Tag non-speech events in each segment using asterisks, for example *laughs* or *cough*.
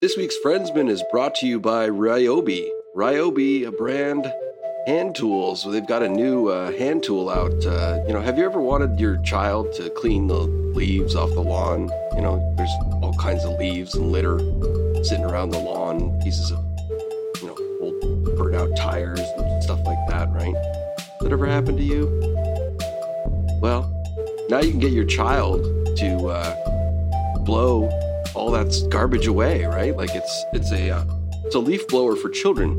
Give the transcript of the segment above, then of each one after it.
This week's Friendsman is brought to you by Ryobi. Ryobi, a brand hand tools. They've got a new uh, hand tool out. Uh, you know, have you ever wanted your child to clean the leaves off the lawn? You know, there's all kinds of leaves and litter sitting around the lawn, pieces of you know old burnt out tires and stuff like that. Right? That ever happened to you? Well, now you can get your child to uh, blow all that garbage away, right? Like it's it's a uh, it's a leaf blower for children.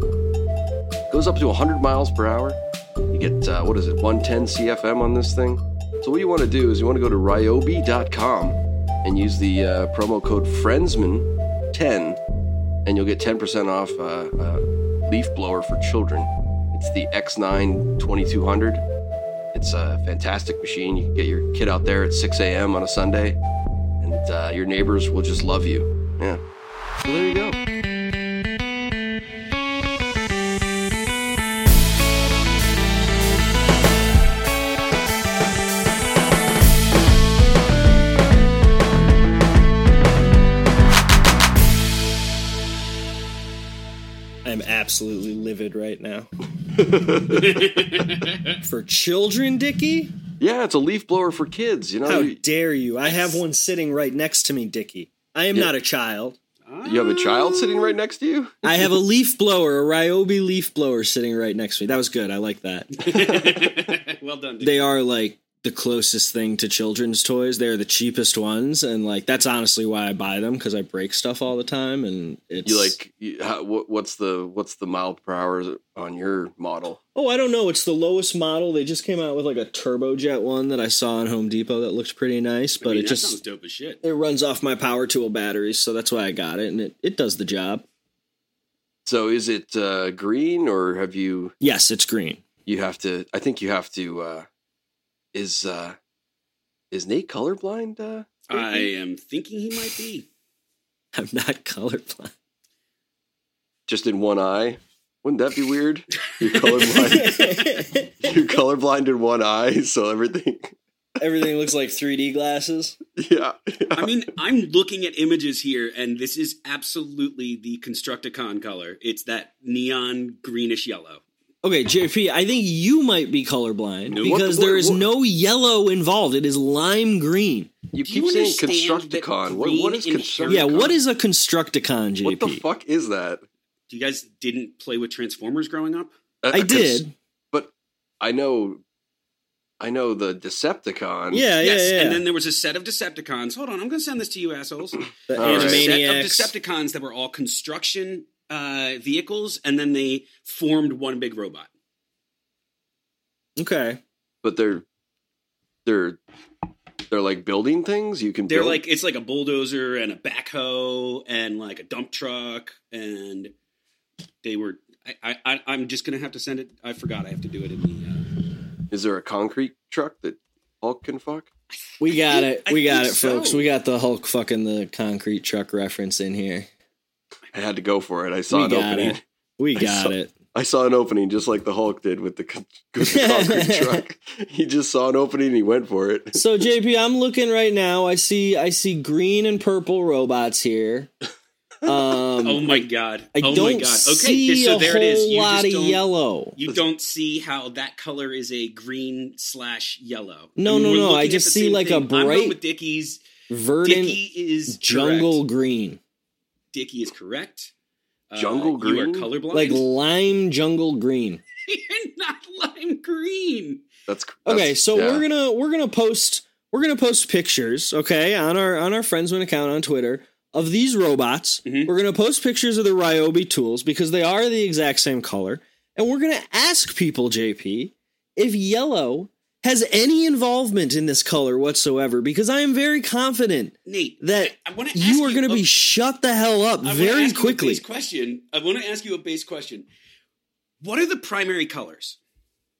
Goes up to 100 miles per hour. You get uh, what is it, 110 CFM on this thing. So what you want to do is you want to go to ryobi.com and use the uh, promo code friendsman10, and you'll get 10% off uh, uh, leaf blower for children. It's the X9 2200. It's a fantastic machine. You can get your kid out there at 6 a.m. on a Sunday, and uh, your neighbors will just love you. Yeah. So there you go. I'm absolutely livid right *laughs* now. for children, Dickie? Yeah, it's a leaf blower for kids. You know, How you, dare you? I have one sitting right next to me, Dickie. I am Yeah. not a child. you have a child sitting right next to you. I have a leaf blower, a Ryobi leaf blower sitting right next to me. That was good. I like that. *laughs* well done. Dude. They are like the closest thing to children's toys. They're the cheapest ones and like that's honestly why I buy them cuz I break stuff all the time and it's You like you, how, what, what's the what's the mile per hour on your model? Oh, I don't know. It's the lowest model. They just came out with like a turbojet one that I saw in Home Depot that looked pretty nice, but I mean, it that just sounds dope as shit. it runs off my power tool batteries, so that's why I got it, and it, it does the job. So is it uh, green or have you Yes, it's green. *laughs* you have to? I think you have to. Uh, is uh, is Nate colorblind? Uh, I am thinking he might *laughs* be. I'm not colorblind. *laughs* just in one eye. Wouldn't that be weird? You're colorblind. you're colorblind in one eye, so everything. *laughs* Everything looks like 3D glasses. Yeah. I mean, I'm looking at images here, and this is absolutely the Constructicon color. It's that neon greenish yellow. Okay, JP, I think you might be colorblind No, what because the- what- there is what- no yellow involved. It is lime green. You Do keep you saying understand that Constructicon. What, what is green Constructicon? inherent- Yeah, what is a Constructicon, JP? What the fuck is that? You guys didn't play with Transformers growing up? Uh, I cons- did. but I know, I know the Decepticon. Yeah, yes. yeah, yeah. And then there was a set of Decepticons. Hold on, I'm going to send this to you assholes. the All right. There's a Animaniacs. set of Decepticons that were all construction uh, vehicles, and then they formed one big robot. okay. but they're they're they're like building things. You can. They're build- like it's like a bulldozer and a backhoe and like a dump truck and they were. I, I I- I'm just gonna have to send it. I forgot I have to do it in the. Uh, Is there a concrete truck that Hulk can fuck? We got it. I We got it, think so. folks. We got the Hulk fucking the concrete truck reference in here. I had to go for it. I saw We an got opening. it. We saw- got it. I saw an opening just like the Hulk did with the, *laughs* con- with the concrete truck. He just saw an opening and he went for it. *laughs* So JP, I'm looking right now. I see I see green and purple robots *laughs* here. Um, oh my god! I oh don't my god! Okay, see this- so a there whole it is. You lot just of don't, yellow. You don't see how that color is a green slash yellow. No, no, we're no, I looking at just the see, same like, a thing. I'm bright going with Dickies. Verdant Dicky is jungle Correct. green, Dickie is correct. Uh, Jungle You are green? colorblind. *laughs* like lime jungle green. You're not lime green. That's that's- Okay, so yeah. we're gonna we're gonna post we're gonna post pictures, okay, on our on our Friendsman account on Twitter of these robots. Mhm. We're gonna post pictures of the Ryobi tools because they are the exact same color, and we're gonna ask people, JP, if yellow has any involvement in this color whatsoever, because I am very confident Nate, that I, want to you are going to be shut the hell up very quickly. base question. I want to ask you a base question. What are the primary colors?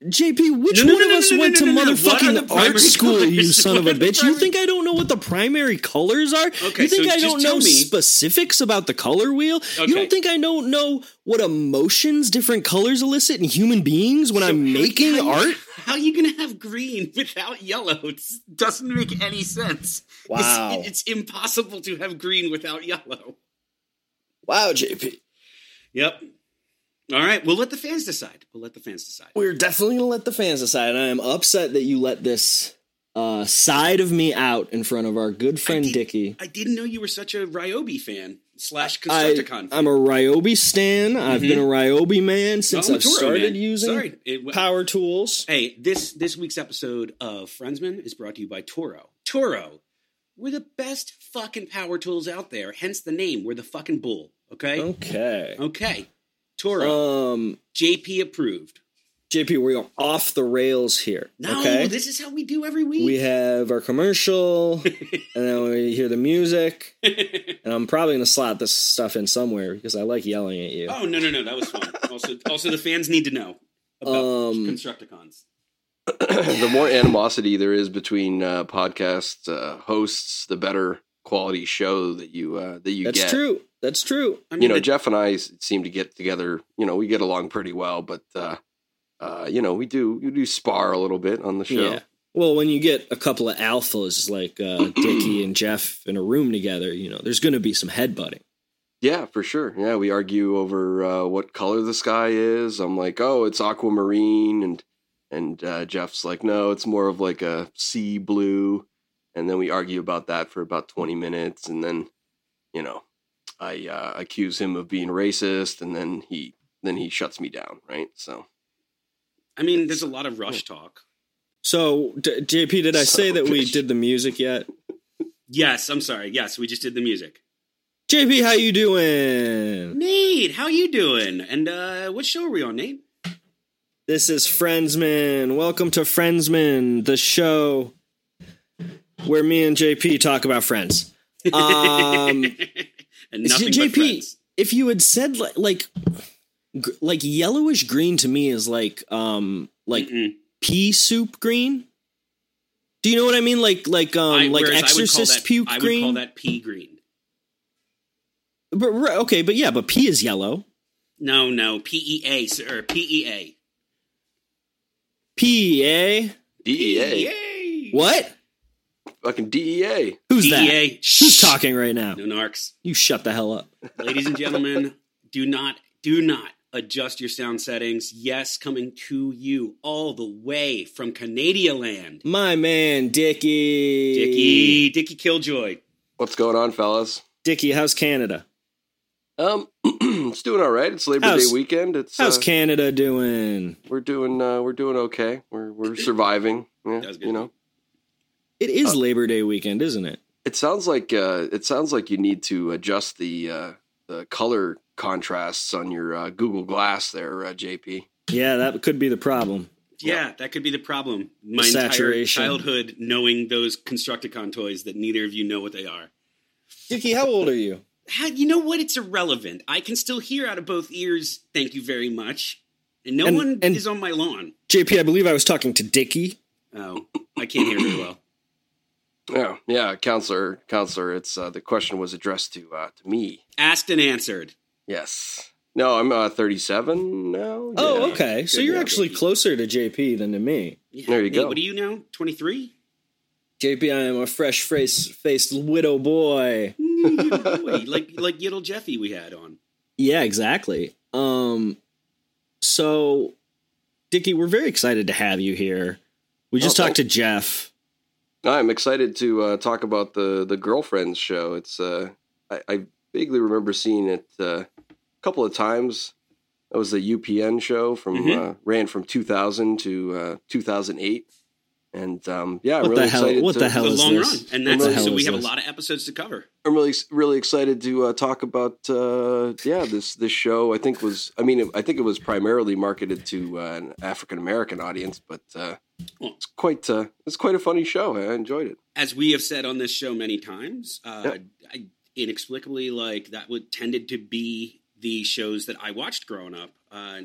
JP, which No, no, one no, of no, us no, no, went no, no, no. to What are the motherfucking primary *laughs* art school, you colors? son of What a are the bitch? You primary- think I don't know what the primary colors are? Okay, you think so I just don't tell know me- specifics about the color wheel? You Okay. don't think I don't know what emotions different colors elicit in human beings when I'm making how, art? *laughs* How are you going to have green *laughs* without yellow? It doesn't make any sense. *laughs* It's- Wow. It's, impossible to have green without yellow. Wow, JP. Yep. All right, we'll let the fans decide. We'll let the fans decide. We're definitely going to let the fans decide. And I am upset that you let this uh, side of me out in front of our good friend I did- Dickie. I didn't know you were such a Ryobi fan slash I, Constructicon. fan. I'm a Ryobi stan. I've been a Ryobi man since Mm-hmm. I'm a I've Toro started man. using Sorry. It- power tools. Hey, this this week's episode of Friendsman is brought to you by Toro. Toro, we're the best fucking power tools out there. Hence the name. We're the fucking bull. Okay. Okay. Okay. Toro, Um, JP approved. JP, we are off the rails here. No, okay. this is how we do every we week. have our commercial, and then we hear the music. And I'm probably gonna slot this stuff in somewhere because I like yelling at you. oh no no no, that was fun. *laughs* also, also the fans need to know about Um, Constructicons. *laughs* the more animosity there is between uh, podcast uh, hosts, the better quality show that you uh, that you That's get. true. That's true. I You know, the- Jeff and I s- seem to get together. You know, we get along pretty well, but uh, uh, you know, we do we do spar a little bit on the show. Yeah. Well, when you get a couple of alphas like uh, Dickie and Jeff in a room together, you know, there's going to be some headbutting. Yeah, for sure. Yeah, we argue over uh, what color the sky is. I'm like, oh, it's aquamarine, and and uh, Jeff's like, no, it's more of like a sea blue. And then we argue about that for about 20 minutes, and then, you know, I uh, accuse him of being racist, and then he then he shuts me down, right? So I mean, there's a lot of rush talk. So, D- JP, did I say that we did the music yet? Yes, I'm sorry. Yes, we just did the music. JP, how you doing? Nate, how you doing? And uh, what show are we on, Nate? *laughs* This is Friendsman. Welcome to Friendsman, the show where me and JP talk about friends. *laughs* Um, and It's- nothing but JP, friends. if you had said like like, gr- like yellowish green to me is like um like Mm-mm. pea soup green. Do you know what I mean? Like like um I- like whereas I would call Exorcist that- puke I would green. call that pea green. But right, okay, but yeah, but pea is yellow. No, no, PEA, sir. E PEA. P eh? DEA, E Yay! What? E fucking E DEA. Who's that? PEA. E Who's talking right now? No narcs. You shut the hell up. Ladies and gentlemen, *laughs* do not, do not adjust your sound settings. Yes, coming to you all the way from Canada land. My man, Dickie. Dickie, Dickie Killjoy. What's going on, fellas? Dickie, how's Canada? Um, *clears throat* it's doing all right. It's Labor How's- Day weekend. It's How's uh, Canada doing? we're doing uh, we're doing okay. We're we're surviving. Yeah, That was good. you know. It is Labor Day weekend, isn't it? It sounds like uh, it sounds like you need to adjust the uh, the color contrasts on your uh, Google Glass there, uh, JP. Yeah, that could be the problem. Yeah, that could be the problem. My The entire saturation. childhood knowing those Constructicon toys that neither of you know what they are. Dickie, how old are you? How, you know what? It's irrelevant. I can still hear out of both ears. Thank you very much. And no And- one and- is on my lawn. JP, I believe I was talking to Dickie. Oh, I can't hear very well. Yeah, yeah, counselor, counselor. It's uh, the question was addressed to uh, to me. Asked and answered. Yes. No, I'm uh, 37 now. Oh, Yeah. okay. So Good you're job, actually Dickie. closer to JP than to me. Yeah, There you Nate, go. What are you now? *laughs* Twenty three. JP, I am a fresh face faced widow boy. like like Yiddle Jeffy we had on. Yeah, exactly. Um so Dickie, we're very excited to have you here. We just Oh, talked to Jeff. I'm excited to uh, talk about the the girlfriends show. It's uh, I, I vaguely remember seeing it uh, a couple of times. That was the UPN show from Mm-hmm. Mhm. uh, ran from 2000 to uh, 2008, and um, yeah, I'm What the really hell- excited. what to, the hell The is long this? run, and What that's the so hell we is have this? a lot of episodes to cover. I'm really really excited to uh, talk about uh, yeah this this show. I think was I mean I think it was primarily marketed to uh, an African American audience, but uh, Well- it's quite uh, it's quite a funny show. I enjoyed it. As we have said on this show many times, uh, I inexplicably like that would tended to be the shows that I watched growing up. Uh,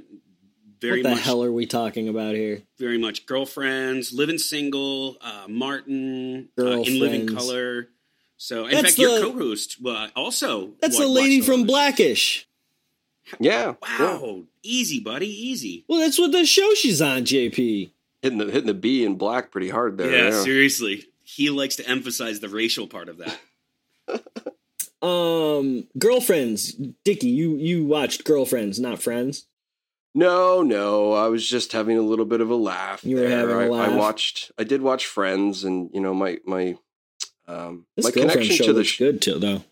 very what the much hell are we talking about here? very much girlfriends, living single, uh, Martin, uh, in living Girlfriends. color. So, in That's fact, your the- co-host uh, also. That's wa- the lady watched all from those. Blackish. Yeah, yeah. Wow, easy, buddy, easy. Well, that's what the show she's on, JP. hitting the hitting the B in black pretty hard there. yeah, yeah. seriously, he likes to emphasize the racial part of that. Um, girlfriends, Dickie, you you watched girlfriends, not friends. No, no, I was just having a little bit of a laugh. You were there. having a I, I laugh. watched. I did watch Friends, and you know my my um, This my girlfriend connection show to the looks sh- good too, though.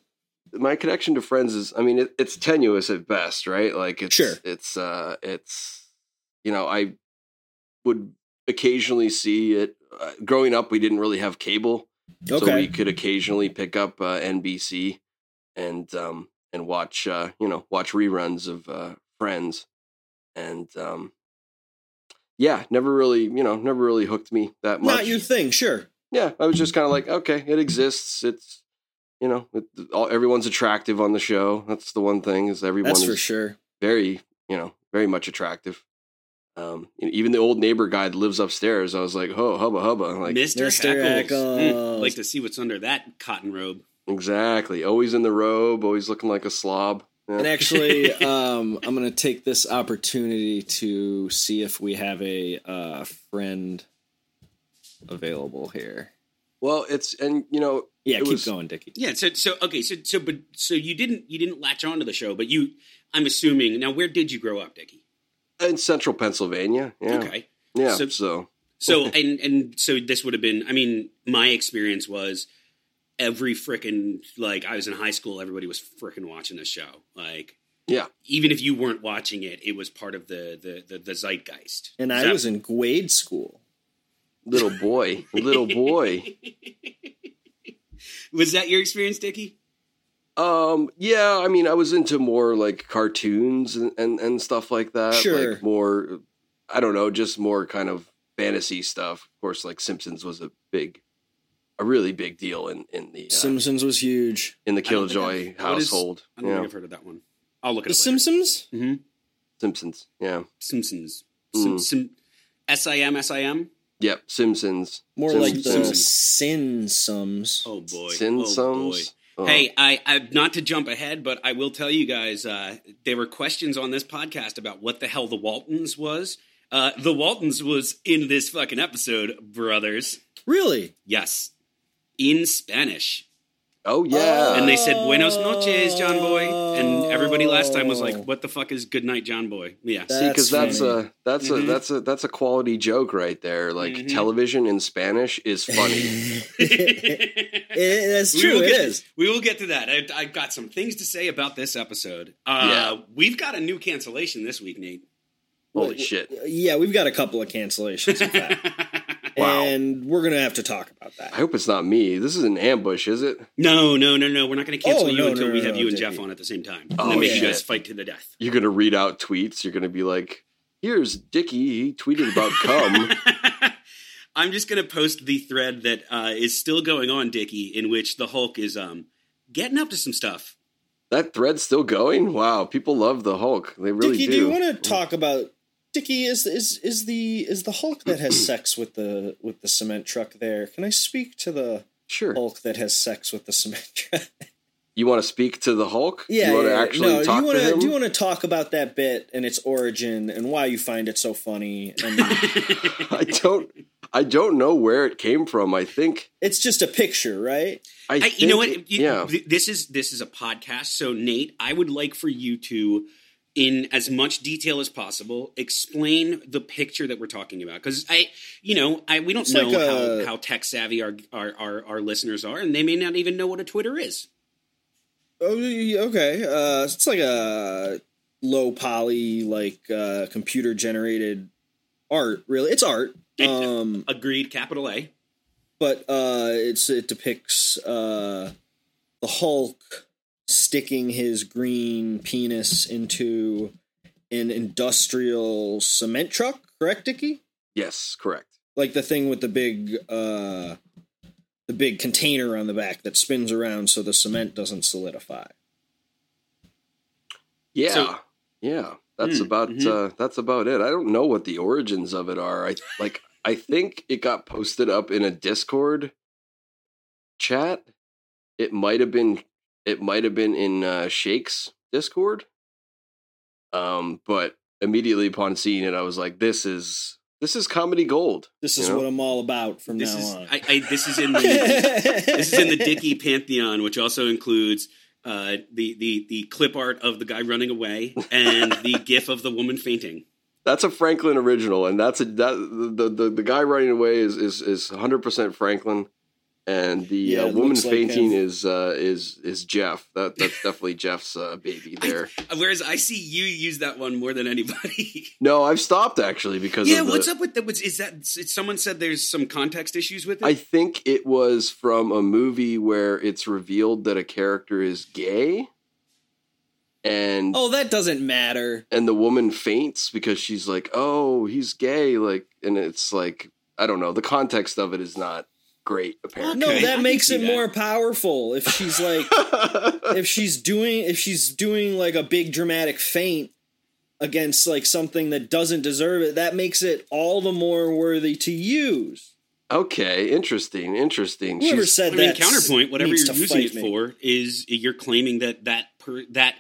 my connection to Friends is. I mean, it, it's tenuous at best, right? Like it's Sure. it's uh it's you know I would occasionally see it. Uh, growing up, we didn't really have cable, so we Okay, could occasionally pick up uh, NBC and um and watch uh you know watch reruns of uh Friends and um yeah, never really, you know, never really hooked me that much. not your thing. Sure, yeah, I was just kind of like, okay, it exists. It's you know, it, all, everyone's attractive on the show. That's the one thing is everyone that's is for sure. very, you know, very much attractive. Um, e- even the old neighbor guy that lives upstairs, I was like, oh, hubba hubba, like Mr. Mr. Heckles. Mm, Heckles. like to see what's under that cotton robe. exactly, always in the robe, always looking like a slob. Yeah. And actually, *laughs* um, I'm going to take this opportunity to see if we have a uh, friend available here. well, it's and you know, Yeah, It keep was- going, Dickie. Yeah. So so okay. So so but so you didn't you didn't latch onto the show, but you I'm assuming now where did you grow up, Dickie? in central Pennsylvania, yeah, Okay. yeah, So- so So and and so this would have been. I mean, my experience was every frickin' like I was in high school. Everybody was frickin' watching the show. Like Yeah. even if you weren't watching it, it was part of the the the, the zeitgeist. And Is I that- was in grade school. little boy, *laughs* little boy. was that your experience, Dickie? Um, yeah, I mean, I was into more like cartoons and and, and stuff like that. Sure. like more, I don't know, just more kind of fantasy stuff. Of course, like Simpsons was a big, a really big deal in in the uh, Simpsons was huge. in the I don't think Killjoy I've- what is- household. I don't yeah, think I've heard of that one. I'll look at The it. Simpsons? later. Mhm. Simpsons. Yeah, Simpsons. Sim, Mm. sim, S I M S I M. yep, Simpsons. More Sim- like the Simpsons. Sinsums. Oh boy. Oh boy. Simpsons. Uh-huh. Oh. Hey, I, I not to jump ahead, but I will tell you guys uh, there were questions on this podcast about what the hell the Waltons was. Uh, the Waltons was in this fucking episode, brothers. Really? Yes, in Spanish, oh yeah, and they said "Buenos noches, John Boy," and everybody last time was like, "What the fuck is good night, John Boy?" Yeah, That- *laughs* *laughs* See, because That's that's, funny. a that's Mhm. a that's a that's a quality joke right there. Like Mhm. television in Spanish is *laughs* funny. *laughs* it, that's We true, will it get- is. We will get to that. I, I've got some things to say about this episode. Uh, We've got a new cancellation this week, Nate. Holy shit! Yeah, we've got a couple of cancellations, in fact. *laughs* Wow. And we're going to have to talk about that. I hope it's not me. This is an ambush, is it? No, no, no, no. We're not going to cancel Oh, you no, until no, we no, have no, you and Dickie. Jeff on at the same time. Oh, and then make you shit. guys fight to the death. *laughs* You're gonna read out tweets. You're gonna be like, "Here's Dickie. He tweeted about cum." *laughs* I'm just going to post the thread that uh, is still going on, Dickie, in which the Hulk is um, getting up to some stuff. that thread's still going. Wow, people love the Hulk. They really Dickie, do. do. you want to talk about Dickie? Is is is the is the Hulk *clears throat* that has sex with the with the cement truck there? Can I speak to the sure. Hulk that has sex with the cement *laughs* truck? You want to speak to the Hulk? yeah, You want yeah, to yeah. actually no, talk do you wanna, to him? Do you want to talk about that bit and its origin and why you find it so funny? And *laughs* *laughs* I don't. I don't know where it came from. I think. it's just a picture, right? I, I, think you know what? it- You- yeah. th- This is this is a podcast. So Nate, I would like for you to, in as much detail as possible, explain the picture that we're talking about. Because I, you know, I we don't It's know like uh, a- how, how tech savvy our, our our our listeners are, and they may not even know what a Twitter is. Oh, yeah, okay. Uh, it's like a low poly, like uh, computer generated art. Really, it's art. It- Um, Agreed, capital A. but uh, it's it depicts uh, the Hulk sticking his green penis into an industrial cement truck. Correct, Dickie? yes, correct. Like the thing with the big uh, the big container on the back that spins around so the cement doesn't solidify. Yeah, So- yeah. That's Hmm, about mhm. uh, that's about it. I don't know what the origins of it are. I like. I think it got posted up in a Discord chat. It might have been. It might have been in uh, Shake's Discord. Um, but immediately upon seeing it, I was like, "This is this is comedy gold." This is Yeah. what I'm all about from This now is on. *laughs* I, I, this is in the this is in the Dickey pantheon, which also includes uh, the the the clip art of the guy running away and *laughs* the gif of the woman fainting. That's a Franklin original, and that's a that the the, the guy running away is is is hundred percent Franklin, and the Yeah, uh, it woman looks like fainting him. is uh, is is Jeff. That *laughs* that's definitely Jeff's uh, baby there. Whereas I see you use that one more *laughs* than anybody. no, I've stopped actually because yeah, of the- what's up with that? What's is that? s- Someone said there's some context issues with it. I think it was from a movie where it's revealed that a character is gay, and Oh, that doesn't matter. and the woman faints because she's like, "Oh, he's gay," like, and it's like I don't know. The context of it is not great, apparently. Oh, No, Okay, I that can makes see it that. more powerful if she's *laughs* like if she's doing if she's doing like a big dramatic feint against like something that doesn't deserve it, that makes it all the more worthy to use. okay, interesting, interesting. Whoever She's- said I mean, that counterpoint. Whatever needs you're to using fight it me. for is you're claiming that that per, that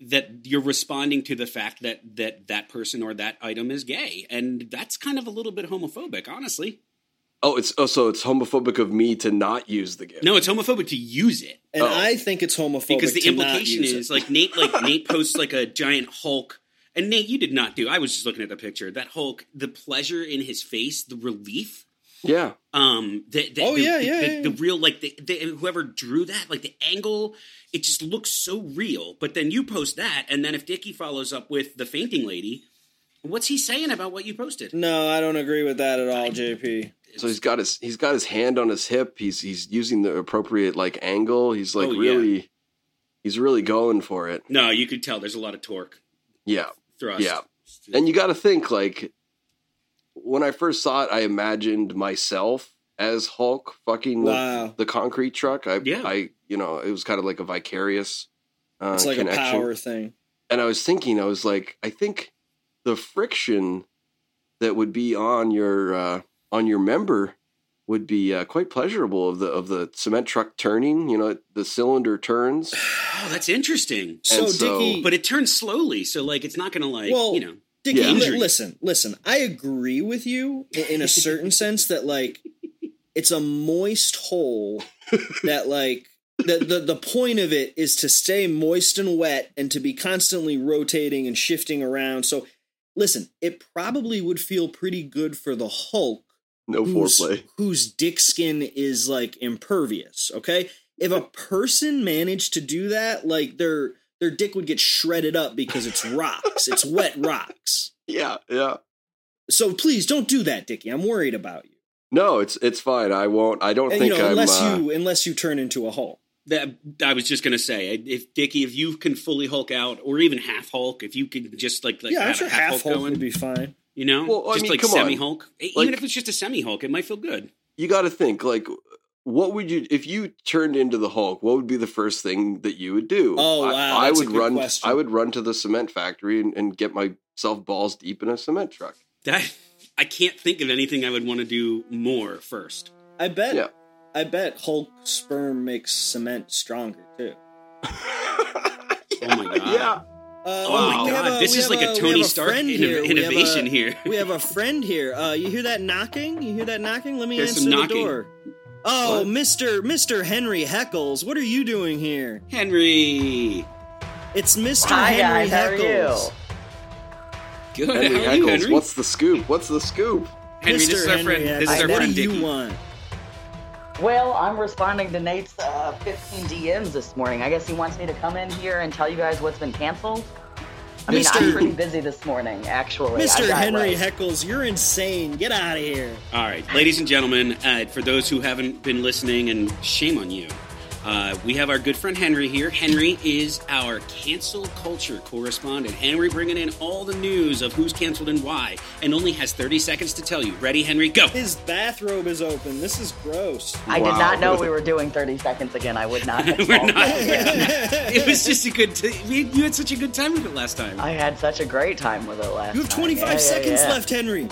that you're responding to the fact that that that person or that item is gay, and that's kind of a little bit homophobic, honestly. oh, it's oh, so it's homophobic of me to not use the gay. No, it's homophobic to use it and Oh. I think it's homophobic because the to not implication use it. is like Nate, *laughs* like Nate posts like a giant Hulk. And Nate, you did not do. I was just looking at the picture. That Hulk, the pleasure in his face, the relief yeah, um the, the, Oh, the, yeah, the, yeah, the, yeah. the real like the, the whoever drew that like the angle it just looks so real but then you post that and then if dicky follows up with the fainting lady what's he saying about what you posted No, I don't agree with that at all, JP. so he's got his he's got his hand on his hip. He's he's using the appropriate like angle. He's like Oh, yeah. really, he's really going for it. no you could tell there's a lot of torque Yeah. thrust Yeah. And you got to think like when I first saw it, I imagined myself as Hulk fucking the- Wow. the, concrete truck. I, Yeah. I, you know, it was kind of like a vicarious uh, It's like connection. a power thing. And I was thinking, I was like, I think the friction that would be on your uh, on your member would be uh, quite pleasurable of the of the cement truck turning. You know, the cylinder turns. oh that's interesting So, And so- Dickie, but it turns slowly so like it's not gonna like Well, you know Dickie, Yeah. li- Injury. listen, listen. I agree with you in, in a certain sense that like it's a moist hole that like the, the the point of it is to stay moist and wet and to be constantly rotating and shifting around. So listen, it probably would feel pretty good for the Hulk *laughs* No whose, foreplay. whose dick skin is like impervious. Okay, if a person managed to do that, like their their dick would get shredded up because it's rocks. it's wet rocks. Yeah, yeah. So please don't do that, Dickie. I'm worried about you. No, it's it's fine. I won't. I don't And, you think know, I'm. unless uh, you unless you turn into a Hulk. that I was just gonna say, if Dickie, if you can fully Hulk out, or even half Hulk, if you can just like, like yeah, I'm have sure a half, half Hulk going, would be fine. You know, Well, I just mean, like come on. semi Hulk. Like- Even if it's just a semi Hulk, it might feel good. you got to think like what would you if you turned into the Hulk? What would be the first thing that you would do? Oh, I- wow, I, that's a would good run. question. I would run to the cement factory and, and get myself balls deep in a cement truck. *laughs* That I can't think of anything I would want to do more first. I bet. Yeah. I bet Hulk sperm makes cement stronger too. Oh *laughs* my god! Yeah, Uh, Oh Wow. my we have god! a- this we is have like a- a we Tony have Stark friend inno- here. We have a- innovation here. *laughs* We have a friend here. Uh, you hear that knocking? You hear that knocking? Let me There's answer some the knocking. door. Oh, What? Mister Mister Henry Heckles, what are you doing here? Henry, It's Mister Hi, Henry guys, how are you? Heckles. *laughs* good. Henry How are you, Heckles. Henry? What's the scoop? What's the scoop? Henry, this Mr. is our friend. Henry This Heckles, is our what friend do you Dickie. want? Well, I'm responding to Nate's uh, 15 DMs this morning. I guess he wants me to come in here and tell you guys what's been canceled. I mean, Mr. I'm pretty busy this morning, actually. I've Mr. got, Henry like- Heckles, you're insane. Get out of here. All right, ladies and gentlemen, uh, for those who haven't been listening, and shame on you, uh, we have our good friend Henry here. Henry is our cancel culture correspondent. Henry bringing in all the news of who's canceled and why, and only has 30 seconds to tell you. Ready, Henry? Go! His bathrobe is open. This is gross. *laughs* I Wow. did not know we were doing 30 seconds again. I would not. Have We're called not. that again. *laughs* It was just a good. T- we, you had such a good time with it last time. I had such a great time with it last You have time. 25 Yeah, yeah, seconds yeah. left, Henry.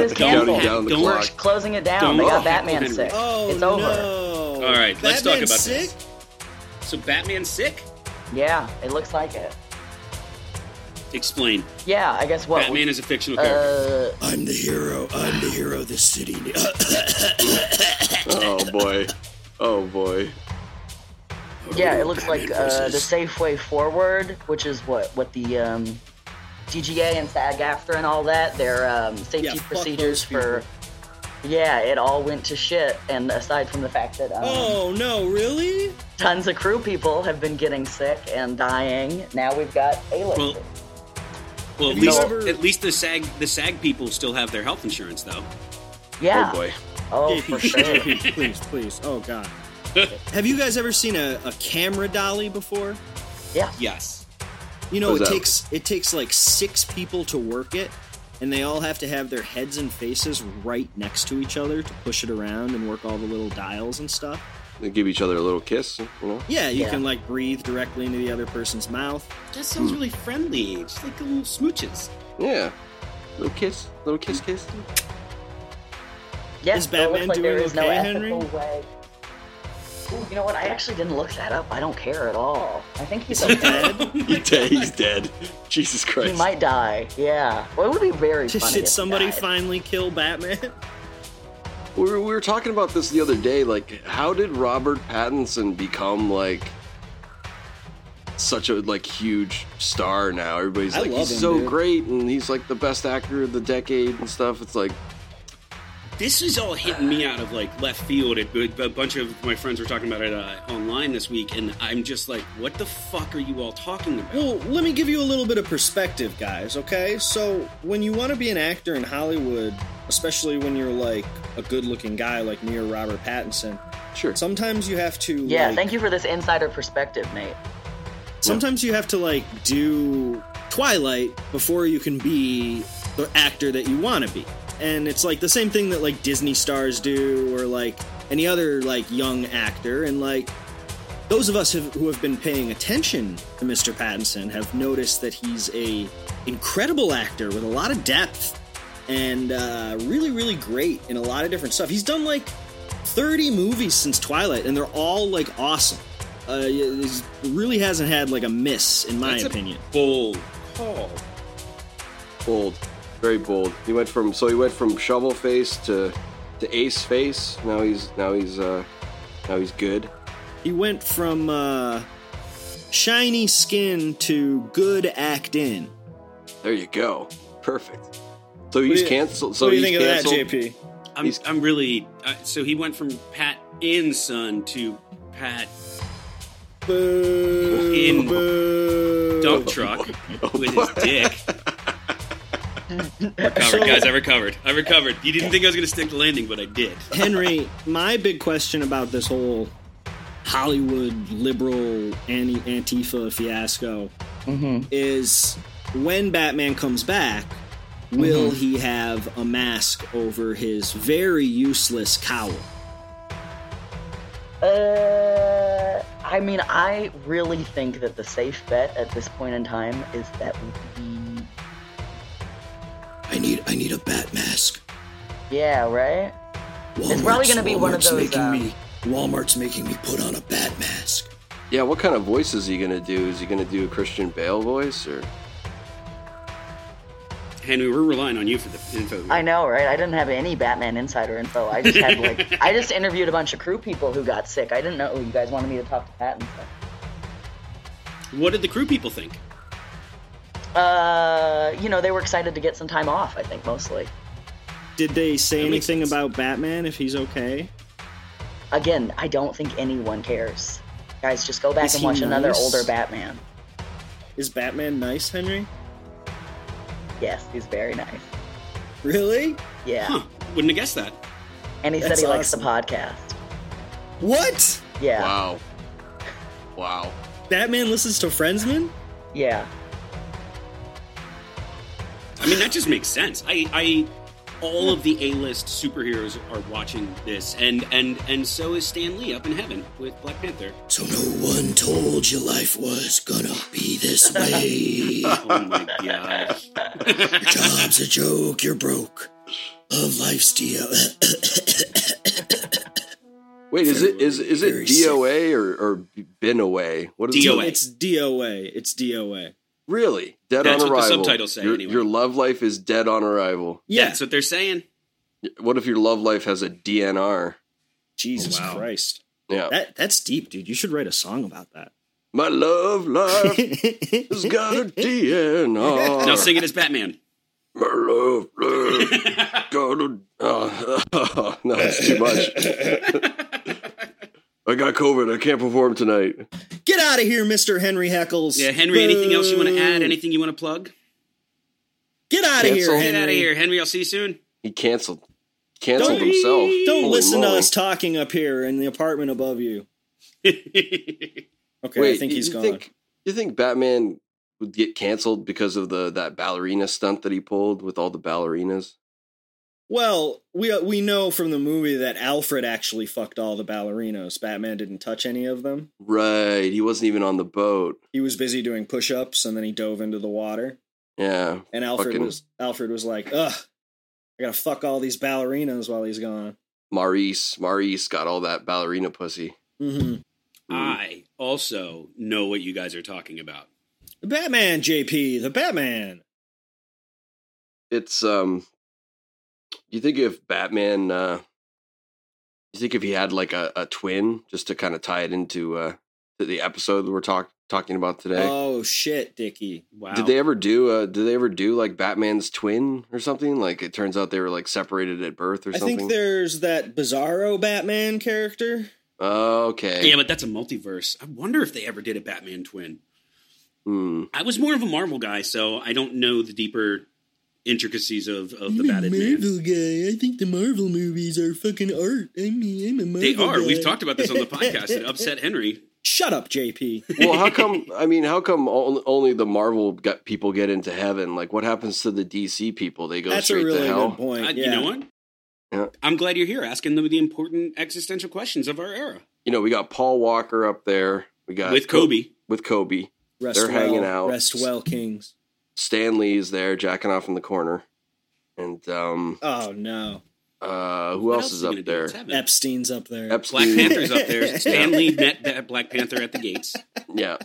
*laughs* is Counting canceled. down the Don't We're clock. closing it down. Don't- they Oh. got Batman Henry. sick. Oh, it's over. No. All right, let's talk Batman's about sick? this. So Batman's sick. Yeah, it looks like it. Explain. Yeah, I guess what? Batman is a fictional character. uh, I'm the hero. I'm the hero of this city. Uh, Oh boy. Oh boy. Yeah, it looks like uh, the safe way forward, which is what what the um, DGA and SAG-AFTRA and all that their um, safety Yeah, fuck those procedures for. Yeah, it all went to shit. And aside from the fact that um, Oh no, really? *laughs* tons of crew people have been getting sick and dying, now we've got A-listers. Well, Well, at Have you least ever- at least the SAG the SAG people still have their health insurance though. yeah. Oh boy. *laughs* Oh, JP, for sure. JP, please, please. Oh *laughs* god. Have you guys ever seen a, a camera dolly before? Yes. You know, What's it that? takes it takes like six people to work it, and they all have to have their heads and faces right next to each other to push it around and work all the little dials and stuff. They give each other a little kiss, you know? Yeah, you Yeah. can like breathe directly into the other person's *laughs* mouth. That sounds really friendly. Just like little *laughs* smooches. Yeah. Little kiss, little kiss, *laughs* kiss. Yeah, Is so it looks Batman like there doing is no okay, ethical Henry? way. Ooh, you know what? I actually didn't look that up. I don't care at all. I think he's he okay. He dead? dead, he's dead. Jesus he Christ. might die. Yeah. Well, it would be very funny. if he Did somebody died. finally kill Batman? *laughs* We were, we were talking about this the other day. Like, how did Robert Pattinson become like such a like huge star now? Everybody's I like, love he's him, so dude." great, and he's like the best actor of the decade and stuff. It's like, This is all hitting me out of like left field. It, a bunch of my friends were talking about it uh, online this week, and I'm just like, what the fuck are you all talking about? Well, let me give you a little bit of perspective, guys, okay? So, when you want to be an actor in Hollywood, especially when you're like a good looking guy like me or Robert Pattinson, sure, sometimes you have to. Yeah, like, thank you for this insider perspective, mate. Sometimes you have to like do Twilight before you can be the actor that you want to be. And it's like the same thing that like Disney stars do or like any other like young actor and like those of us have, who have been paying attention to Mr. Pattinson have noticed that he's a incredible actor with a lot of depth and uh, really really great in a lot of different stuff. He's done like 30 movies since Twilight and they're all like awesome. Uh, he's- really hasn't had like a miss in my That's a opinion. Bold call. bold, very bold. He went from so he went from shovel face to to ace face. Now he's now he's uh now he's good. He went from uh, shiny skin to good act in. There you go, perfect. So he's you- canceled. So he's canceled. JP? I'm, He's- I'm really. Uh, so he went from Pat in son to Pat Boo, In- boo. dump truck *laughs* with his dick. recovered, guys. I recovered. I recovered. You didn't think I was going to stick the landing, but I did. *laughs* Henry, my big question about this whole Hollywood liberal anti Antifa fiasco Mm-hmm. is when Batman comes back, will Mm-hmm. he have a mask over his very useless cowl? Uh, I mean, I really think that the safe bet at this point in time is that we. I need I need a bat mask. Yeah, right? It's probably gonna be one of Walmart's those, making uh, me- Walmart's making me put on a bat mask. Yeah, what kind of voice is he gonna do? Is he gonna do a Christian Bale voice or? Henry, we're relying on you for the info. here. I know, right? I didn't have any Batman insider info. I just had *laughs* like I just interviewed a bunch of crew people who got sick. I didn't know you guys wanted me to talk to Pat and stuff. What did the crew people think? Uh, you know, they were excited to get some time off. I think mostly. Did they say That makes anything sense. about Batman if he's okay? Again, I don't think anyone cares. Guys, just go back Is and he watch another nice? older Batman. Is Batman nice, Henry? Yes, he's very nice. Really? Yeah, Huh? Wouldn't have guessed that. and he said That's he likes the awesome. podcast. What? Yeah, Wow. Wow. Batman listens to Friendsman? yeah. I mean, that just makes sense. I, I, all of the A-list superheroes are watching this, and and and so is Stan Lee up in heaven with Black Panther. So no one told you life was gonna be this *laughs* way. Oh my god! Job's a joke, you're broke. Love life's *laughs* deal. Wait, is it is is Very it sick. DOA or, or been away? What is DOA. It? it's DOA. It's DOA. Really? Dead That's on what the arrival. subtitles say, your, anyway. your love life is dead on arrival. Yeah. That's what they're saying. What if your love life has a DNR? Jesus Oh, wow. Christ. Yeah. That that's deep, dude. You should write a song about that. My love life has got *laughs* a DNR. Now sing it as Batman. My love *laughs* life got a. Oh, *laughs* no, it's too much. I got COVID. I can't perform tonight. Get out of here, Mister Henry Heckles. Yeah, Henry, anything else you want to add? Boo. Anything you want to plug? Get out of here, Cancel. Henry. Get out of here, Henry. I'll see you soon. *laughs* He canceled. Canceled Don't- himself. Oh, Don't Holy listen to moly. us talking up here in the apartment above you. Okay, I think you, he's you gone. Think, you think Batman would get canceled because of the that ballerina stunt that he pulled with all the ballerinas? Well, we uh, we know from the movie that Alfred actually fucked all the ballerinos. Batman didn't touch any of them. Right. He wasn't even on the boat. He was busy doing push-ups, and then he dove into the water. Yeah. And Alfred Fucking- was Alfred was like, "Ugh, I gotta fuck all these ballerinos while he's gone." Maurice. Maurice got all that ballerina pussy. Mm. hmm I also know what you guys are talking about. The Batman, JP, the Batman. It's um you think if Batman uh you think if he had like a, a twin just to kind of tie it into uh to the episode we're talk, talking about today? Oh shit, Dickie. Wow. Did they ever do? Uh, did they ever do like Batman's twin or something? Like it turns out they were like separated at birth or I something. think there's that Bizarro Batman character. Oh, okay. yeah, but that's a multiverse. I wonder if they ever did a Batman twin. *laughs* Hmm. I was more of a Marvel guy, so I don't know the deeper intricacies of, of the batted man. guy. I think the Marvel movies are fucking art. I mean, I'm a Marvel They are. We've talked about this on the podcast. It upset Henry. Shut up, JP. Well, how come? I mean, how come on- only the Marvel got people get into heaven? Like, what happens to the DC people? They go That's a straight really to hell. good point. I- yeah. Uh, You know what? Uh, Yeah. I'm glad you're here asking them the important existential questions of our era You know, we got Paul Walker up there. We got with Co- Kobe. with Kobe. Rest They're well, hanging out. Rest well, Kings. Stan Lee's there, jacking off in the corner. And um, Oh no, uh, who What else, is he up gonna do? there? It's heaven. Epstein's up there. Black Epstein. Panther's up there. Stan Lee met that Black Panther at the gates. *laughs* yeah.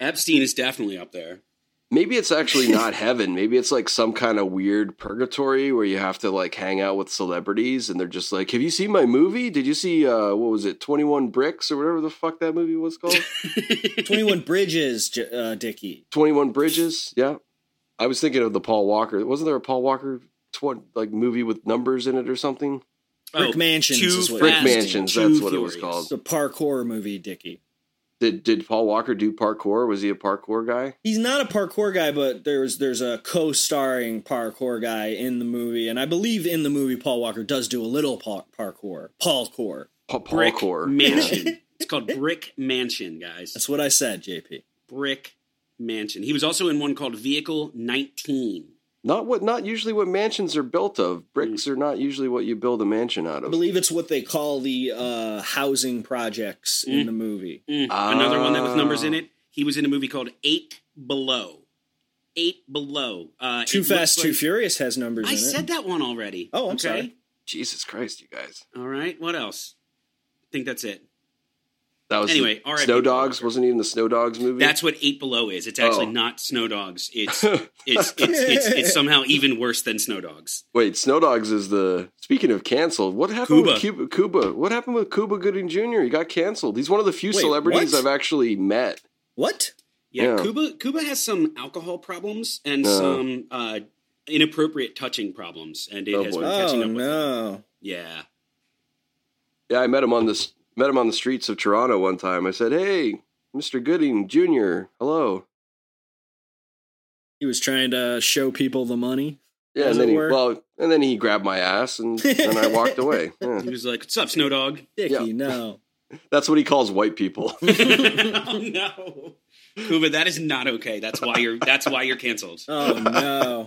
Epstein is definitely up there. Maybe it's actually not heaven. Maybe it's like some kind of weird purgatory where you have to like hang out with celebrities and they're just like, "Have you seen my movie? Did you see uh what was it? 21 Bricks or whatever the fuck that movie was called? *laughs* Twenty One Bridges, J- uh, Dickie. 21 Bridges?" Yeah. I was thinking of the Paul Walker. Wasn't there a Paul Walker tw- like movie with numbers in it or something? Brick Oh, Mansions too is what Brick it is. fast and Mansions, too that's what it was furious. called. It's a parkour movie, Dickie. Did did Paul Walker do parkour? Was he a parkour guy? He's not a parkour guy, but there's there's a co-starring parkour guy in the movie, and I believe in the movie Paul Walker does do a little par- parkour, parkour. Pa- Brick parkour. *laughs* Mansion. it's called Brick Mansion, guys. That's what I said, JP. Brick Mansion. He was also in one called Vehicle 19. Not what not usually what mansions are built Hmm. of. Bricks are not usually what you build a mansion out I of. believe it's what they call the uh, housing projects in the movie. Mm, Ah. Another one that with numbers Ah. in it. He was in a movie called Eight Below. Eight Below. Uh, it Too looks Fast, Too like- Furious has numbers I in it. said that one already. Oh, I'm sorry. Jesus Christ, you guys. All right. What else? I think that's it. That was Anyway, the RIP Snow Paul Dogs Walker. wasn't even the Snow Dogs movie. That's what Eight Below is. It's actually Oh. not Snow Dogs. *laughs* It's it's, it's it's it's somehow even worse than Snow Dogs. wait. Snow Dogs is the speaking of canceled. What happened with Cuba. Cuba? Cuba. What happened with Cuba Gooding Jr.? He got canceled. He's one of the few Wait, celebrities what? I've actually met. What? Yeah, Yeah. Cuba Cuba has some alcohol problems and Oh. some uh, inappropriate touching problems, and it Oh, has boy. been Oh catching up with. no! Yeah, Yeah, I met him on this. Met him on the streets of Toronto one time. I said, "Hey, Mr. Gooding Jr. Hello." He was trying to show people the money. Yeah, Does and then it he work? well, and then he grabbed my ass, and then I *laughs* walked away. Yeah. he was like, "What's up, Snow Dog?" Dickie, Yeah. no. That's what he calls white *laughs* people. *laughs* oh no, Cuba, that is not okay. That's why you're that's why you're canceled. Oh no!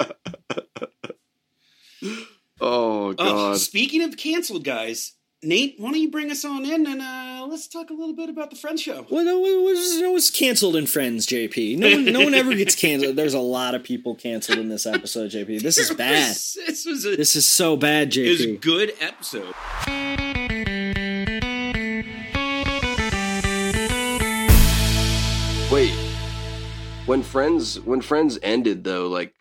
Oh Oh, God, speaking of canceled, guys, Nate, why don't you bring us on in and uh, let's talk a little bit about the Friend Show. Well, no, it was, it was canceled in Friends, JP. No one, no one ever gets canceled. There's a lot of people canceled in this episode, JP. This is bad. This was a, This is so bad, it was a JP. good episode. wait. When Friends when Friends ended though, like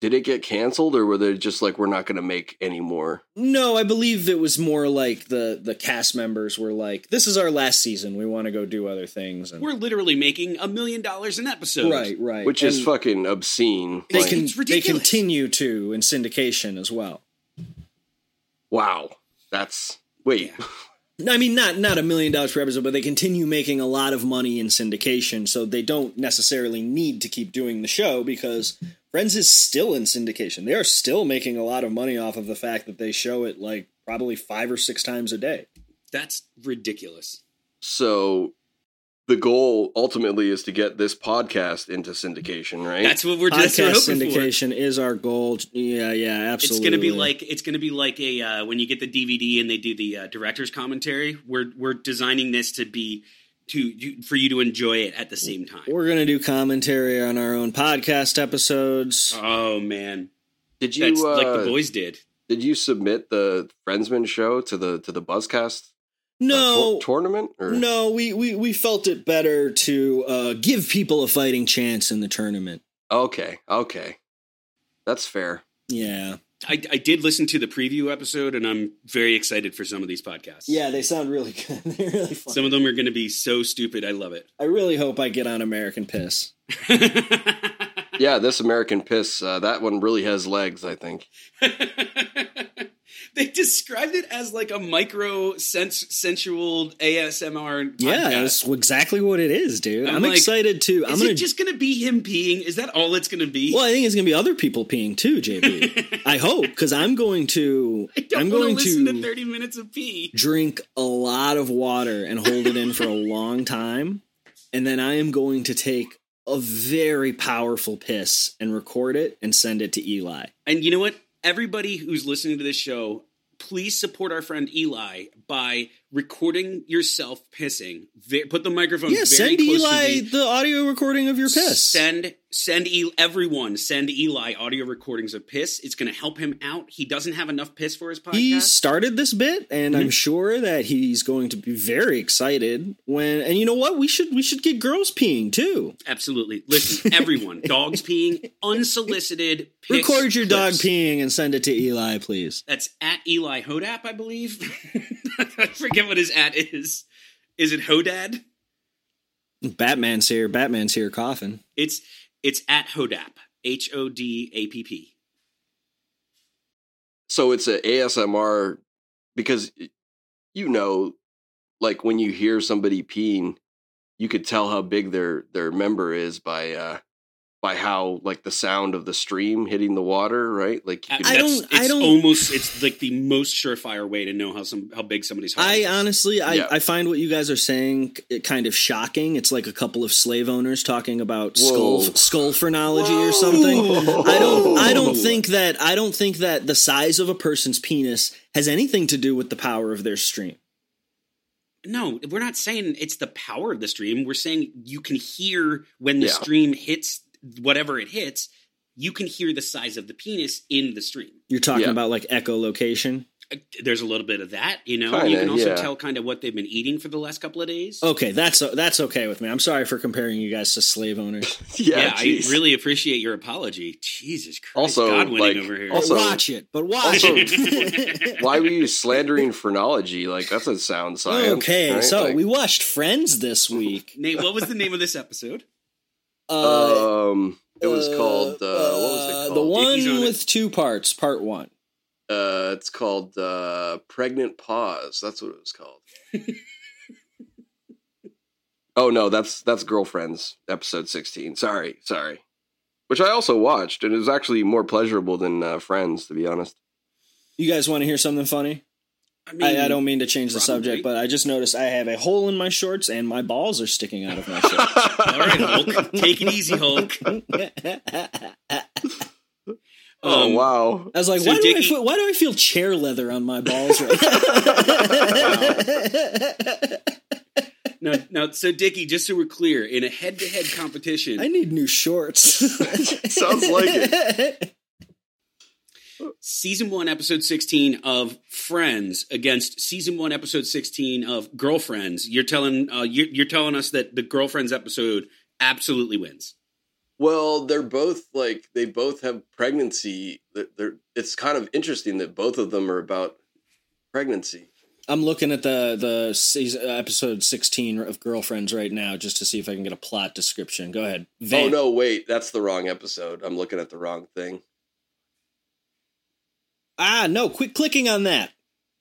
Did it get canceled, or were they just like, we're not going to make any more? No, I believe it was more like the the cast members were like, "This is our last season. We want to go do other things." And, We're literally making a million dollars an episode. right, right. Which is And fucking obscene. They Like, can It's they ridiculous. continue to in syndication as well. wow, that's wait. I mean, not not a million dollars per episode, but they continue making a lot of money in syndication, so they don't necessarily need to keep doing the show because Friends is still in syndication. They are still making a lot of money off of the fact that they show it like probably five or six times a day. That's ridiculous. So the goal ultimately is to get this podcast into syndication, right? That's what we're that's what we're Podcast hoping for. syndication is our goal. Yeah, yeah, It's absolutely. gonna be like it's gonna be like a uh, when you get the DVD and they do the uh, director's commentary. We're we're designing this to be to you, for you to enjoy it at the same time. we're gonna do commentary on our own podcast episodes. Oh man, did you that's uh, like the boys did. Did you submit the Friendsman show to the to the Buzzcast uh, no, tour- tournament? Or no, we, we we felt it better to uh, give people a fighting chance in the tournament. Okay, okay, that's fair. Yeah. I, I did listen to the preview episode, and I'm very excited for some of these podcasts. Yeah, they sound really *laughs* good. They're really fun. some of them are going to be so stupid. I love it. *laughs* I really hope I get on American Piss. Yeah, this American Piss, uh, that one really has legs. I think. they described it as like a micro sense sensual ASMR. Yeah, podcast. that's exactly what it is, dude. I'm I'm, like, excited too. I'm Is gonna. it just going to be him peeing? Is that all it's going to be? well, I think it's gonna be other people peeing *laughs* too, JB. I hope because I'm going to. *laughs* I don't I'm wanna going listen to, to 30 minutes of pee. drink a lot of water and hold it in for *laughs* a long time, and then I am going to take a very powerful piss and record it and send it to Eli. And you know what? Everybody who's listening to this show, please support our friend Eli by recording yourself pissing. Ve- Put the microphone Yeah, very send close to Eli the- the audio recording of your piss. Send send El- everyone send Eli audio recordings of piss. It's going to help him out. He doesn't have enough piss for his podcast. he started this bit and i'm sure that he's going to be very excited when and you know what we should we should get girls peeing too Absolutely. Listen, everyone, dogs peeing, unsolicited. Piss record your dog clips. peeing and send it to eli please That's at Eli Hodap, I believe. *laughs* I forget what his at is. Is it Hodad? batman's here batman's here coughing It's it's at Hodap. H O D A P P. So it's a ASMR because you know, like when you hear somebody peeing, you could tell how big their their member is by uh by how like the sound of the stream hitting the water, right? Like you I can, don't- That's- It's I don't- almost. It's like the most surefire way to know how some how big somebody's. heart i is. honestly I, Yeah. I find what you guys are saying c- kind of shocking it's like a couple of slave owners talking about skull Whoa. skull phrenology or something I don't I don't think that I don't think that the size of a person's penis has anything to do with the power of their stream. No, we're not saying it's the power of the stream. We're saying you can hear when the Yeah. stream hits whatever it hits. You can hear the size of the penis in the stream. You're talking Yeah. about like echolocation. Uh, There's a little bit of that, you know. you Kinda, can also yeah. tell kind of what they've been eating for the last couple of days. Okay, that's that's okay with me. I'm sorry for comparing you guys to slave owners. yeah, *laughs* yeah, I jeez. really appreciate your apology. Jesus Christ, Also, God winning like, over here. also- but watch it, but watch Also- it. Why were you slandering phrenology? Like that's a sound science. *laughs* okay, right? so Like, we watched Friends this *laughs* week. *laughs* Nate, what was the name of this episode? Uh, um it was uh, called uh, what was it uh, called? The Dickies on one it. with two parts, part one. Uh, it's called uh, Pregnant Pause. That's what it was *laughs* called. oh no, that's that's Girlfriends episode sixteen. Sorry, sorry. Which I also watched, and it was actually more pleasurable than uh, Friends, to be honest. You guys want to hear something funny? I I, I don't mean to change the Mm. probably. subject, but I just noticed I have a hole in my shorts and my balls are sticking out of my shorts. All right, Hulk, take it easy, Hulk. *laughs* oh Um, wow! *laughs* I was like, So why, do I Dickie- feel, why do I feel chair leather on my balls right *laughs* No, no. So, Dickie, just so we're clear, in a head-to-head competition, *laughs* I need new shorts. *laughs* Sounds like it. season one, episode 16 of Friends against season one, episode 16 of Girlfriends. You're telling uh, you're, you're telling us that the Girlfriends episode absolutely wins. Well, they're both like they both have pregnancy. They're, they're- it's kind of interesting that both of them are about pregnancy. I'm looking at the the season, episode 16 of Girlfriends right now just to see if I can get a plot description. Go ahead. Oh Van. no, wait, that's the wrong episode. I'm looking at the wrong thing. Ah, no, quit clicking on that.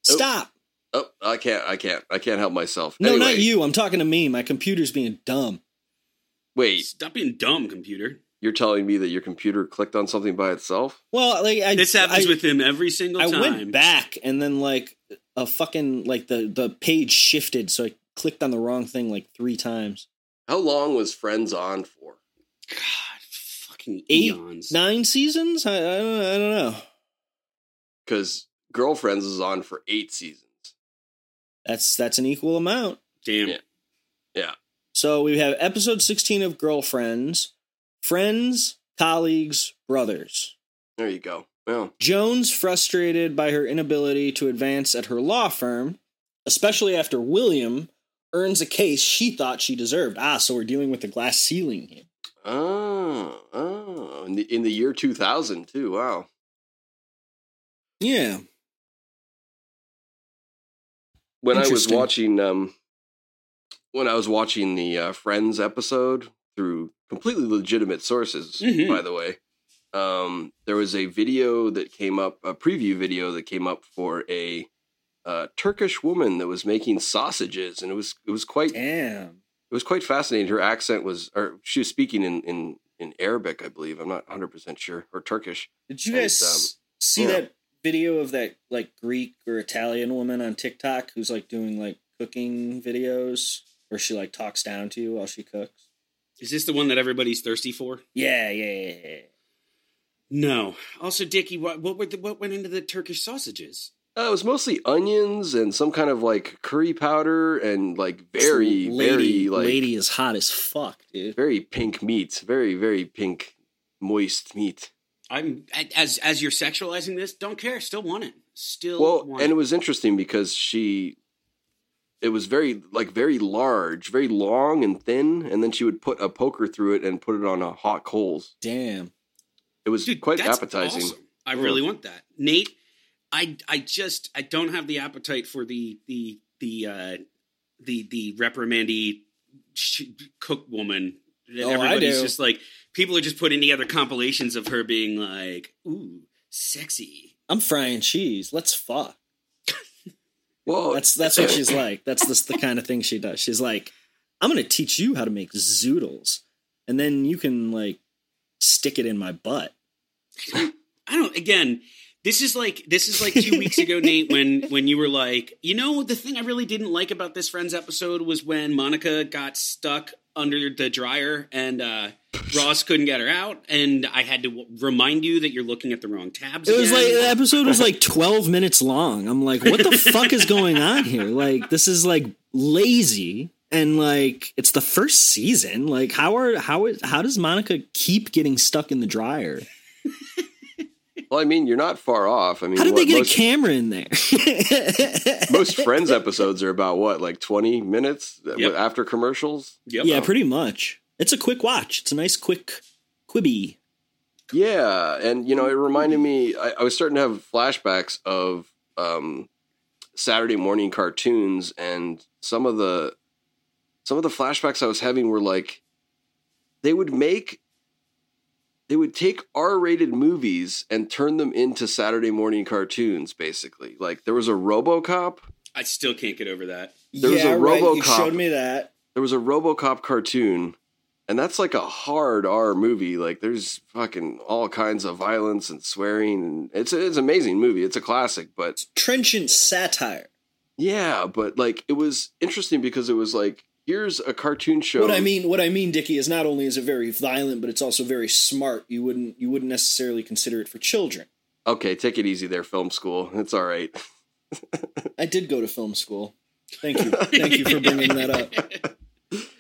Oh. Stop. Oh, I can't, I can't, I can't help myself. No, Anyway, not you. I'm talking to me. My computer's being dumb. Wait, Stop being dumb, computer. you're telling me that your computer clicked on something by itself? Well, like I This happens I, with him every single I time. went back and then like a fucking like the the page shifted so I clicked on the wrong thing like 3 times. How long was Friends on for? God, fucking Eight, eons. 9 seasons? I, I don't I don't know. Because Girlfriends is on for eight seasons. That's that's an equal amount. Damn. Yeah. So we have episode 16 of Girlfriends, Friends, Colleagues, Brothers. There you go. Well, Jones, frustrated by her inability to advance at her law firm, especially after William earns a case she thought she deserved. Ah, so we're dealing with the glass ceiling here. oh, oh, in the in the year 2000 too. Wow. Yeah. when I was Interesting. watching um when I was watching the uh, Friends episode through completely legitimate sources, Mhm. Mm-hmm. by the way, um, there was a video that came up, a preview video that came up for a uh, Turkish woman that was making sausages, and it was it was quite it Damn. was quite fascinating. Her accent was, or she was speaking in in in Arabic, I believe. I'm not 100 percent sure, or Turkish. Did you And, guys s- see yeah. that video of that like Greek or Italian woman on TikTok who's like doing like cooking videos where she like talks down to you while she cooks? Is this the one that everybody's thirsty for? Yeah, yeah, yeah, yeah. yeah. No. Also, Dickie, what what, were the, what went into the Turkish sausages? Uh, it was mostly onions and some kind of like curry powder and like very lady, very like lady is hot as fuck, dude. very pink meat, very very pink, moist meat. I'm as as you're sexualizing this. Don't care. Still want it. Still Well, want and it. it was interesting because she, it was very like very large, very long and thin, and then she would put a poker through it and put it on a hot coals. Damn. It was Dude, quite that's appetizing. awesome. I really want that, Nate. I I just I don't have the appetite for the the the uh, the the reprimandy sh- cook woman. That Oh, I everybody's do. just like people are just putting together compilations of her being like, "Ooh, sexy." I'm frying cheese. Let's fuck. Well, That's that's what she's like. That's this the kind of thing she does. She's like, I'm gonna teach you how to make zoodles, and then you can like stick it in my butt. I don't. Again, this is like this is *laughs* like two weeks ago, Nate, when when you were like, you know, the thing I really didn't like about this Friends episode was when Monica got stuck under the dryer and uh, Ross couldn't get her out, and I had to w- remind you that you're looking at the wrong tabs. It was like again. the episode was like 12 minutes long. I'm like, what *laughs* the fuck is going on here? Like this is like lazy and like it's the first season. Like how are how is how does Monica keep getting stuck in the dryer? *laughs* well, I mean, you're not far off. I mean, How did what, they get most, a camera *laughs* in there? most Friends episodes are about what, like 20 minutes uh, Yep. after commercials. Yep. Yeah, pretty much. It's a quick watch. It's a nice quick quibby. Yeah, and you know, it reminded me. I, I was starting to have flashbacks of um, Saturday morning cartoons, and some of the some of the flashbacks I was having were like they would make they would take R-rated movies and turn them into Saturday morning cartoons. Basically, like there was a RoboCop, I still can't get over that. There was a You RoboCop. showed me that. there was a RoboCop cartoon, and that's like a hard R movie. Like there's fucking all kinds of violence and swearing, and it's it's an amazing movie. It's a classic, but Trenchant satire. yeah, but like it was interesting because it was like here's a cartoon show. What I mean, what I mean, Dickie, is not only is it very violent, but it's also very smart. You wouldn't, you wouldn't necessarily consider it for children. Okay, take it easy there, film school. It's all right. *laughs* I did go to film school. *laughs* Thank you, thank you for bringing that up.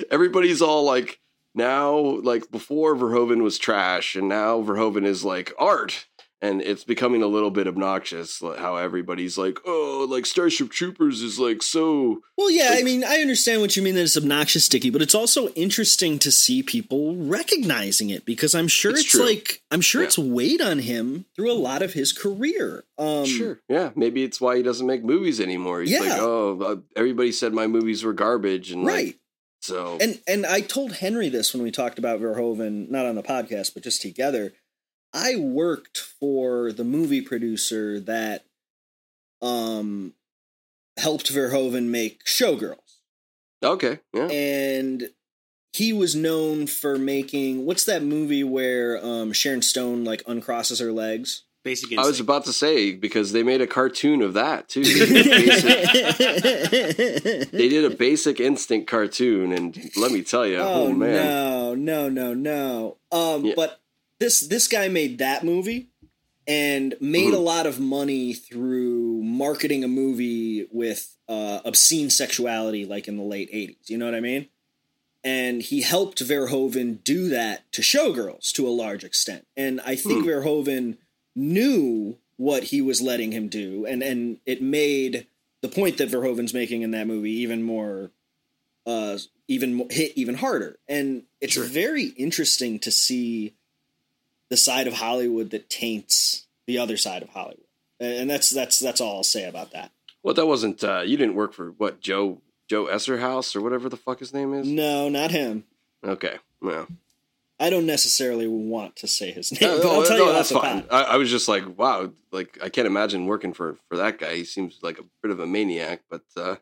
Everybody's all like now, like before Verhoeven was trash, and now Verhoeven is like art. and it's becoming a little bit obnoxious like, how everybody's like, oh, like Starship Troopers is like so. Well, yeah, I mean, I understand what you mean that it's obnoxious, sticky, but it's also interesting to see people recognizing it because I'm sure It's it's, true. like I'm sure Yeah. it's weighed on him through a lot of his career. Um, Yeah, maybe it's why he doesn't make movies anymore. He's like, Yeah. oh, uh, everybody said my movies were garbage, and right. like, so And and I told Henry this when we talked about Verhoeven, not on the podcast, but just together. I worked for the movie producer that um helped Verhoeven make Showgirls. okay, yeah, And he was known for making what's that movie where um Sharon Stone like uncrosses her legs? Basic I was Instinct. about to say because they made a cartoon of that too. They did a *laughs* basic- they did a Basic Instinct cartoon, and let me tell you, oh, oh man, no, no, no, no. Um, Yeah. but this this guy made that movie and made Mm-hmm. a lot of money through marketing a movie with uh, obscene sexuality, like in the late '80s. You know what I mean? And he helped Verhoeven do that to Showgirls to a large extent. And I think Hmm. Verhoeven knew what he was letting him do, and and it made the point that Verhoeven's making in that movie even more uh, even mo- hit even harder. And it's Sure. very interesting to see the side of Hollywood that taints the other side of Hollywood. And and that's that's that's all I'll say about that. well, that wasn't uh, you didn't work for what Joe Joe Esserhouse or whatever the fuck his name is. No, not him. Okay, well, I don't necessarily want to say his name. No, but I'll no, tell no, you that's that's fine. I, I was just like, wow, like I can't imagine working for for that guy. He seems like a bit of a maniac, but uh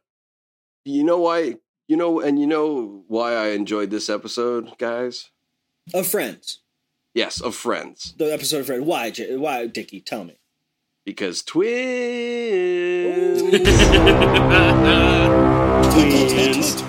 you know why? You know, and you know why I enjoyed this episode, guys. Of Friends, Yes, of Friends, the episode of Friends. Why, J- why, Dickie? Tell me. because twins. Uh, Twins.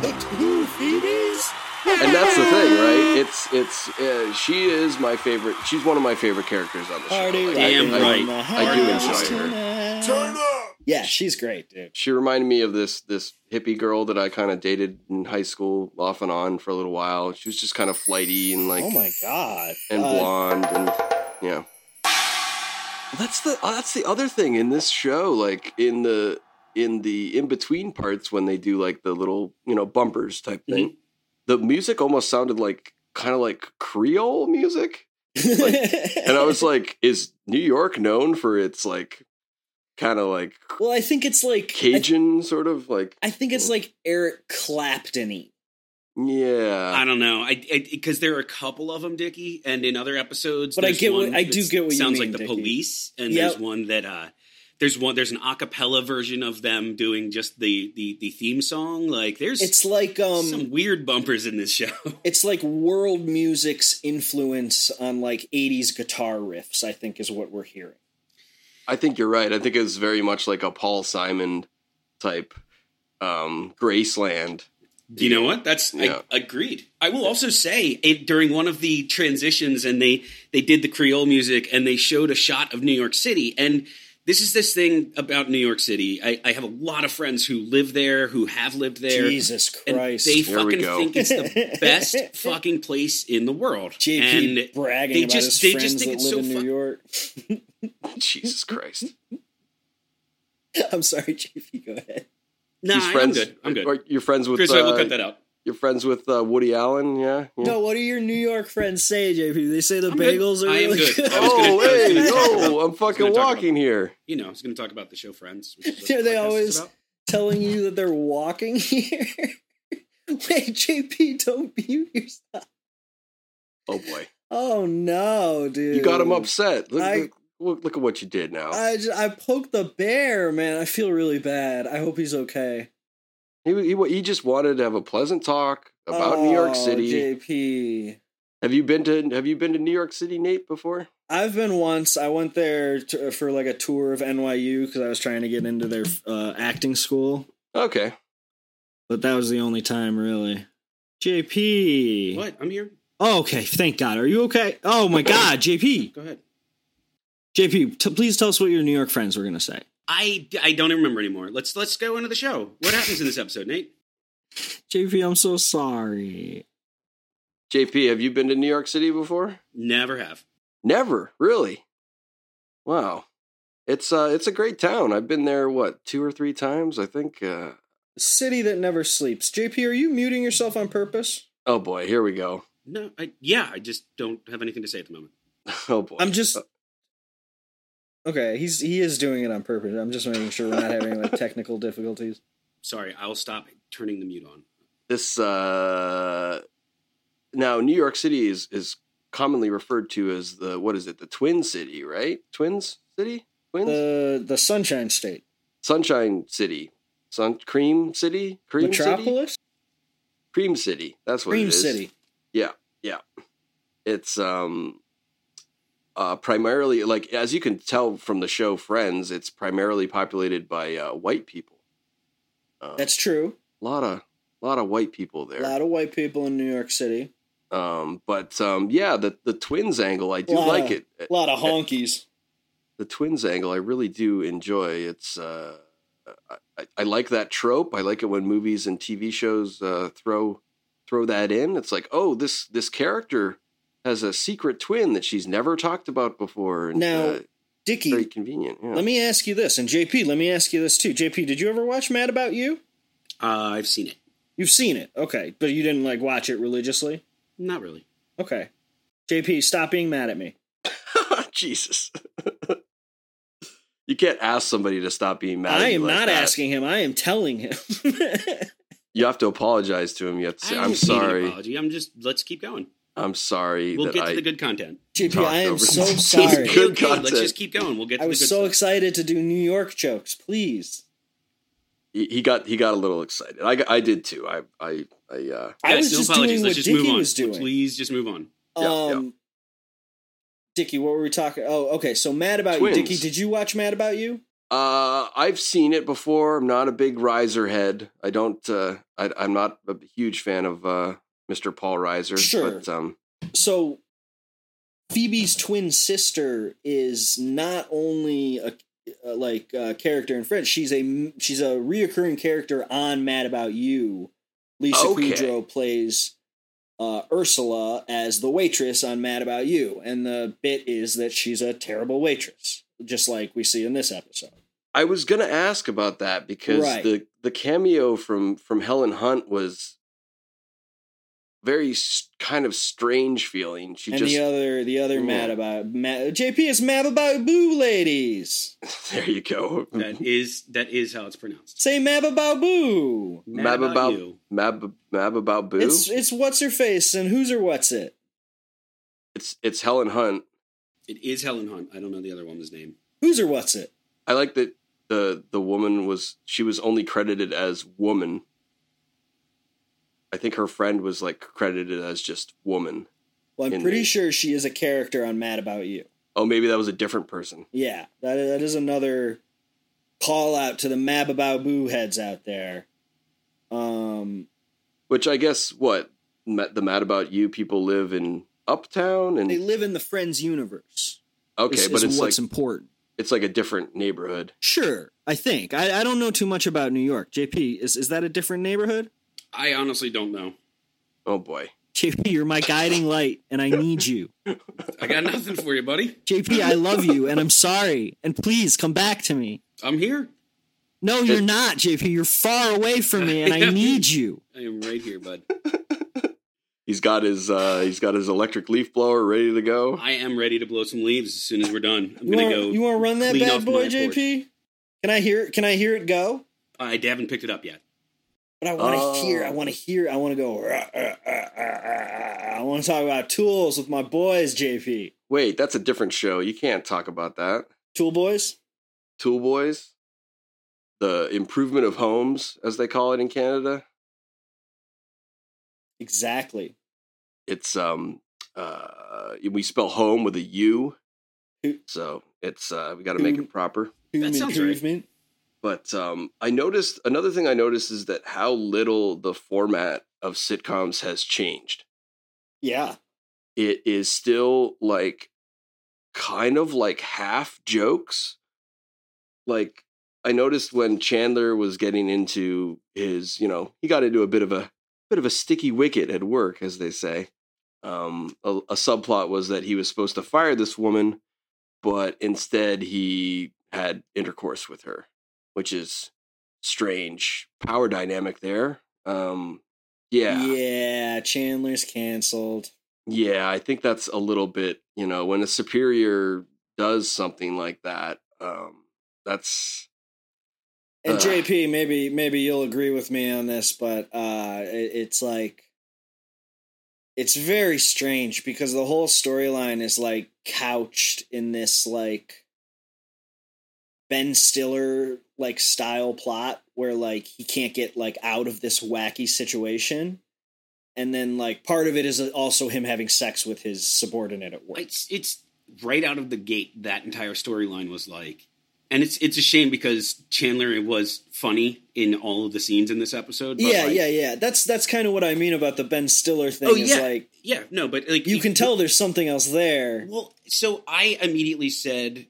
and that's the thing, right? It's it's uh, she is my favorite. She's one of my favorite characters on the show. Party Like, I- Damn I- right. I do enjoy her. her. Turn up. Yeah, she's great, dude. she reminded me of this this hippie girl that I kind of dated in high school, off and on for a little while. She was just kind of flighty and like oh my god. and Uh, blonde and yeah. That's the oh, that's the other thing in this show, like in the in the in between parts when they do like the little you know bumpers type Mm-hmm. thing. The music almost sounded like kind of like Creole music *laughs* and I was like, is New York known for its like kind of like well, I think it's like I, Cajun sort of like I think it's like Eric Clapton. yeah Oh. I don't know. I because there are a couple of them, Dickie, and in other episodes. But I there's get what- one I do that get what you sounds mean, like the Dickie. police, and Yep. there's one that uh, there's one there's an a cappella version of them doing just the the the theme song. Like there's It's like um, some weird bumpers in this show. *laughs* it's like world music's influence on like '80s guitar riffs. I think is what we're hearing. I think you're right I think it's very much like a Paul Simon type um Graceland *laughs* You know what? That's Yeah. I, agreed. I will also say it during one of the transitions, and they they did the Creole music, and they showed a shot of New York City, and this is this thing about New York City. I, I have a lot of friends who live there, who have lived there. Jesus and Christ! they Here we fucking go. think it's the *laughs* best fucking place in the world. JP and bragging they about just- his they friends just think that it's live so in New fu- York. *laughs* Jesus Christ I'm sorry, JP. Go ahead. nah, He's friends I'm good. I'm good. or you're friends with Chris, I will cut uh, that out. you're friends with uh, Woody Allen yeah, yeah. No, what do your New York friends say, JP? They say the good. bagels are I am really good. I was oh gonna- I was hey gonna talk about- no I'm I fucking was gonna talk walking here You know, I was going to talk about the show Friends. *laughs* Which is what Yeah, the they podcast is always- about. *laughs* telling you that they're walking here. *laughs* Wait, JP, don't mute yourself. oh boy Oh no, dude! you got him upset look, I- look, look look at what you did now I just, I poked the bear, man. I feel really bad. I hope he's okay. He, he, he just wanted to have a pleasant talk about New York Oh, City. JP. Have you been to Have you been to New York City, Nate? Before? I've been once. I went there to, for like a tour of NYU because I was trying to get into their uh, acting school, Okay. but that was the only time, really. JP. What? I'm here. Oh, okay. Thank God. Are you okay? Oh my God, JP. Go ahead. JP, t- please tell us what your New York friends were gonna say. I, I don't remember anymore. Let's let's go into the show. What happens in this episode, Nate? JP, I'm so sorry. JP, have you been to New York City before? Never have. Never, really. Wow. It's uh it's a great town. I've been there what, two or three times, I think. Uh City that never sleeps. JP, are you muting yourself on purpose? oh boy, here we go. *laughs* No, I, yeah, I just don't have anything to say at the moment. Oh boy. I'm just uh, Okay, he's he is doing it on purpose. I'm just making sure we're not having *laughs* like technical difficulties. Sorry, I'll stop turning the mute on. this uh now New York City is is commonly referred to as the what is it? The Twin City, right? Twins City? Twins? The the Sunshine State. Sunshine City. Sun Cream City? Cream City? Metropolis? Cream City. That's what Dream it is. City. it's um uh primarily like as you can tell from the show friends it's primarily populated by uh white people uh, That's true. a lot of lot of white people A there lot of white people in New York City. um but um yeah the the twins angle i do Lotta- like it A lot of honkies. the twins angle i really do enjoy it's uh I- I, I like that trope i like it when movies and tv shows uh throw throw that in it's like oh this this character has a secret twin that she's never talked about before and Now, uh, Dickie, very convenient. Yeah. let me ask you this, and JP, let me ask you this too. JP, did you ever watch Mad About You? Uh, I've seen it. You've seen it, okay, but you didn't like watch it religiously. Not really. Okay, JP, stop being mad at me. *laughs* Jesus. you can't ask somebody to stop being mad. at I you am like not that. asking him. I am telling him. *laughs* You have to apologize to him. You have to say, I I'm don't need an sorry. apology. I'm just let's keep going. I'm sorry. We'll that get to I, the good content. JP, Talked I am over so some sorry. good okay, content. Let's just keep going. We'll get to I was the good so stuff. excited to do New York jokes. Please, He, he got he got a little excited. I, got- I did too. I I I uh, I was Guys, no just apologies. doing Let's what just Dickie move on. was doing. Please just move on. Yeah, um, Dickie, what were we talking? Oh, okay. So Mad About Twins. You, Dickie. Did you watch Mad About You? uh I've seen it before. I'm not a big riser head. I don't. Uh, I, I'm not a huge fan of uh, Mr. Paul Riser. Sure. But um, so Phoebe's twin sister is not only a uh, like uh, character in French, she's a m- she's a reoccurring character on Mad About You. Lisa Okay. Kudrow plays uh, Ursula as the waitress on Mad About You, and the bit is that she's a terrible waitress, just like we see in this episode. I was gonna ask about that because Right. the the cameo from from Helen Hunt was very s kind of strange feeling. She and just the other the other Yeah. Mad About Mad, JP is Mad About Boo ladies. *laughs* there you go. That is that is how it's pronounced. Say Mad About Boo. Mad Mab about- you. Mab Mab about boo. It's it's what's her face and who's her what's it. It's it's Helen Hunt. It is Helen Hunt. I don't know the other woman's name. Who's or what's it? I like that the the woman was she was only credited as woman. I think her friend was like credited as just woman. Well, I'm In pretty the- sure she is a character on Mad About You. Oh, maybe that was a different person. Yeah, that that is another call out to the Mad About Boo heads out there. Um, Which I guess what Ma- the mad about you people live in uptown and they live in the Friends universe. Okay, is- but is it's like what's important. it's like a different neighborhood. Sure, I think I, I don't know too much about New York. JP, is is that a different neighborhood? *laughs* I honestly don't know. Oh boy. JP, you're my guiding light, and I need you. I got nothing for you, buddy. JP, I love you, and I'm sorry, and please come back to me. I'm here. No, you're not, JP. You're far away from me, and *laughs* I need you. I am right here, bud. He's got his uh he's got his electric leaf blower ready to go. I am ready to blow some leaves as soon as we're done. I'm You gonna want, go. you want to run that clean bad off boy, my porch. JP? Can I hear? Can I hear it go? I haven't picked it up yet. But I want Uh, to Oh. hear. I want to hear. I want to go. "Rah, rah, rah, rah, rah." I want to talk about tools with my boys, JP. Wait, that's a different show. You can't talk about that. Tool boys. Tool Boys, the improvement of homes as they call it in Canada. Exactly. It's um uh we spell home with a U. Who- So it's uh we got to make Who- it proper. Home sounds right. improvement. But um I noticed another thing I noticed is that how little the format of sitcoms has changed. Yeah. it is still like kind of like half jokes. Like I noticed when Chandler was getting into his, you know, he got into a bit of a bit of a sticky wicket at work, as they say. Um, a, a subplot was that he was supposed to fire this woman, but instead he had intercourse with her, which is strange power dynamic there. Um, yeah, yeah, Yeah, Chandler's canceled. I think that's a little bit. You know, when a superior does something like that, um, that's uh, And Ugh. JP, maybe maybe you'll agree with me on this, but uh, it, it's like it's very strange because the whole storyline is like couched in this like Ben Stiller like style plot where like he can't get like out of this wacky situation. And then like part of it is also him having sex with his subordinate at work. it's it's right out of the gate that entire storyline was like and it's it's a shame because Chandler it was funny in all of the scenes in this episode. But yeah, like, yeah, yeah. That's that's kind of what I mean about the Ben Stiller thing Oh, is yeah. like yeah. No, but like you can tell there's something else there. Well, so I immediately said,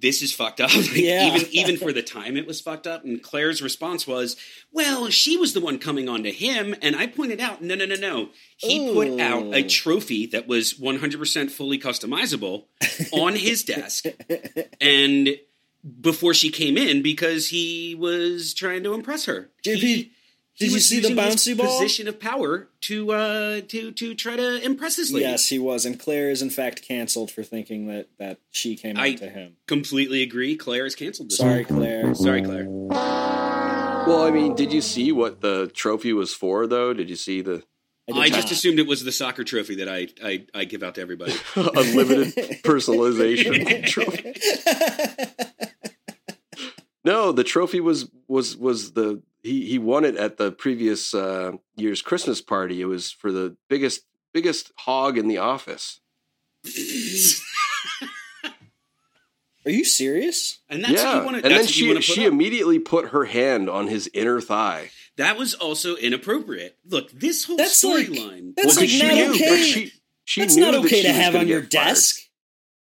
"This is fucked up." *laughs* Like, Yeah. Even even for the time, it was fucked up. And Claire's response was, "Well, she was the one coming on to him," and I pointed out, "No, no, no, no. He put Ooh. out a trophy that was 100 percent *laughs* fully customizable on his desk, and." Before she came in, because he was trying to impress her. JP, He- did he you was see the using his bouncy ball? Position of power to uh, to to try to impress this lady. Yes, he was, and Claire is in fact canceled for thinking that that she came I- out to him. Completely agree. Claire is canceled. This Sorry, week. Claire. Sorry, Claire. well. I mean, did you see what the trophy was for, though? Did you see *laughs* the did I just not. assumed it was the soccer trophy that I, I, I give out to everybody. *laughs* unlimited personalization *laughs* trophy? *laughs* No, the trophy was was was the he he won it at the previous uh, year's Christmas party. It was for the biggest biggest hog in the office. *laughs* Are you serious? And that's what yeah, you want to. and then That's what you she want she to put. up. immediately put her hand on his inner thigh. That was also inappropriate. Look, this whole That's like- storyline. Well, 'cause that's It's like not she knew, okay. but she she That's knew not that okay she to was have gonna on your get fired. desk.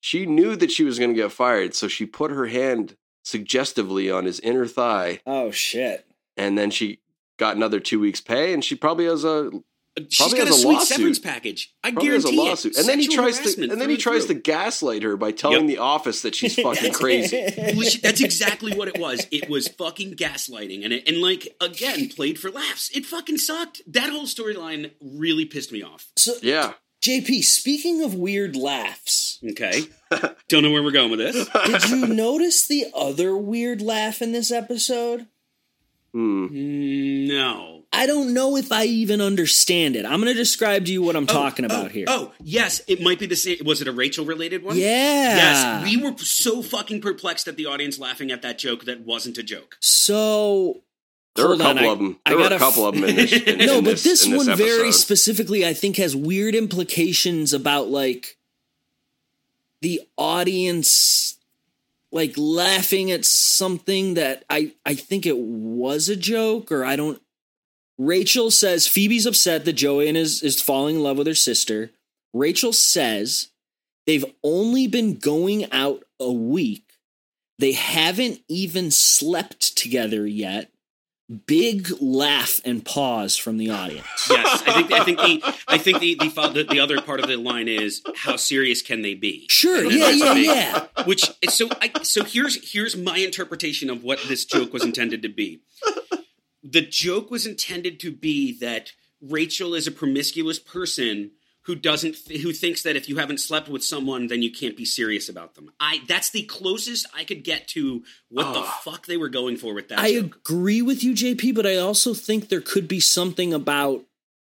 She knew that she was going to get fired, so she put her hand suggestively on his inner thigh, Oh shit! and then she got another two weeks' pay, and she probably has a She's probably got a has a sweet lawsuit. severance package. I Probably has guarantee a lawsuit, it. and then he Sexual tries to, harassment and then he through tries to *laughs* through. gaslight her by telling the office that she's *laughs* fucking crazy. Well, she- That's exactly what it was. It was fucking gaslighting, and it, and like again played for laughs. It fucking sucked. That whole storyline really pissed me off. So, Yeah, JP, speaking of weird *laughs* laughs, *laughs* Okay, don't know where we're going with this. did *laughs* you notice the other weird laugh in this episode? Hmm. No, I don't know if I even understand it. I'm going to describe to you what I'm Oh, talking about oh, here. Oh, yes, it might be the same. Was it a Rachel related one? yeah. Yes, we were so fucking perplexed at the audience laughing at that joke that wasn't a joke. so there were a Hold on, couple I- of them. I There were a gotta couple of them in this. In, *laughs* no, in but this, in one very episode. specifically, I think, has weird implications about like the audience, like laughing at something that I I think it was a joke or I don't. Rachel says Phoebe's upset that Joanne is is falling in love with her sister. Rachel says they've only been going out a week. They haven't even slept together yet. Big laugh and pause from the audience. Yes, I think I think the I think the the, fo- the the other part of the line is how serious can they be? Sure, And yeah, that's yeah, big. yeah. Which so I, so here's here's my interpretation of what this joke was intended to be. The joke was intended to be that Rachel is a promiscuous person who doesn't who thinks that if you haven't slept with someone then you can't be serious about them. I that's the closest I could get to what the Ah. fuck they were going for with that. I joke. agree with you, JP, but I also think there could be something about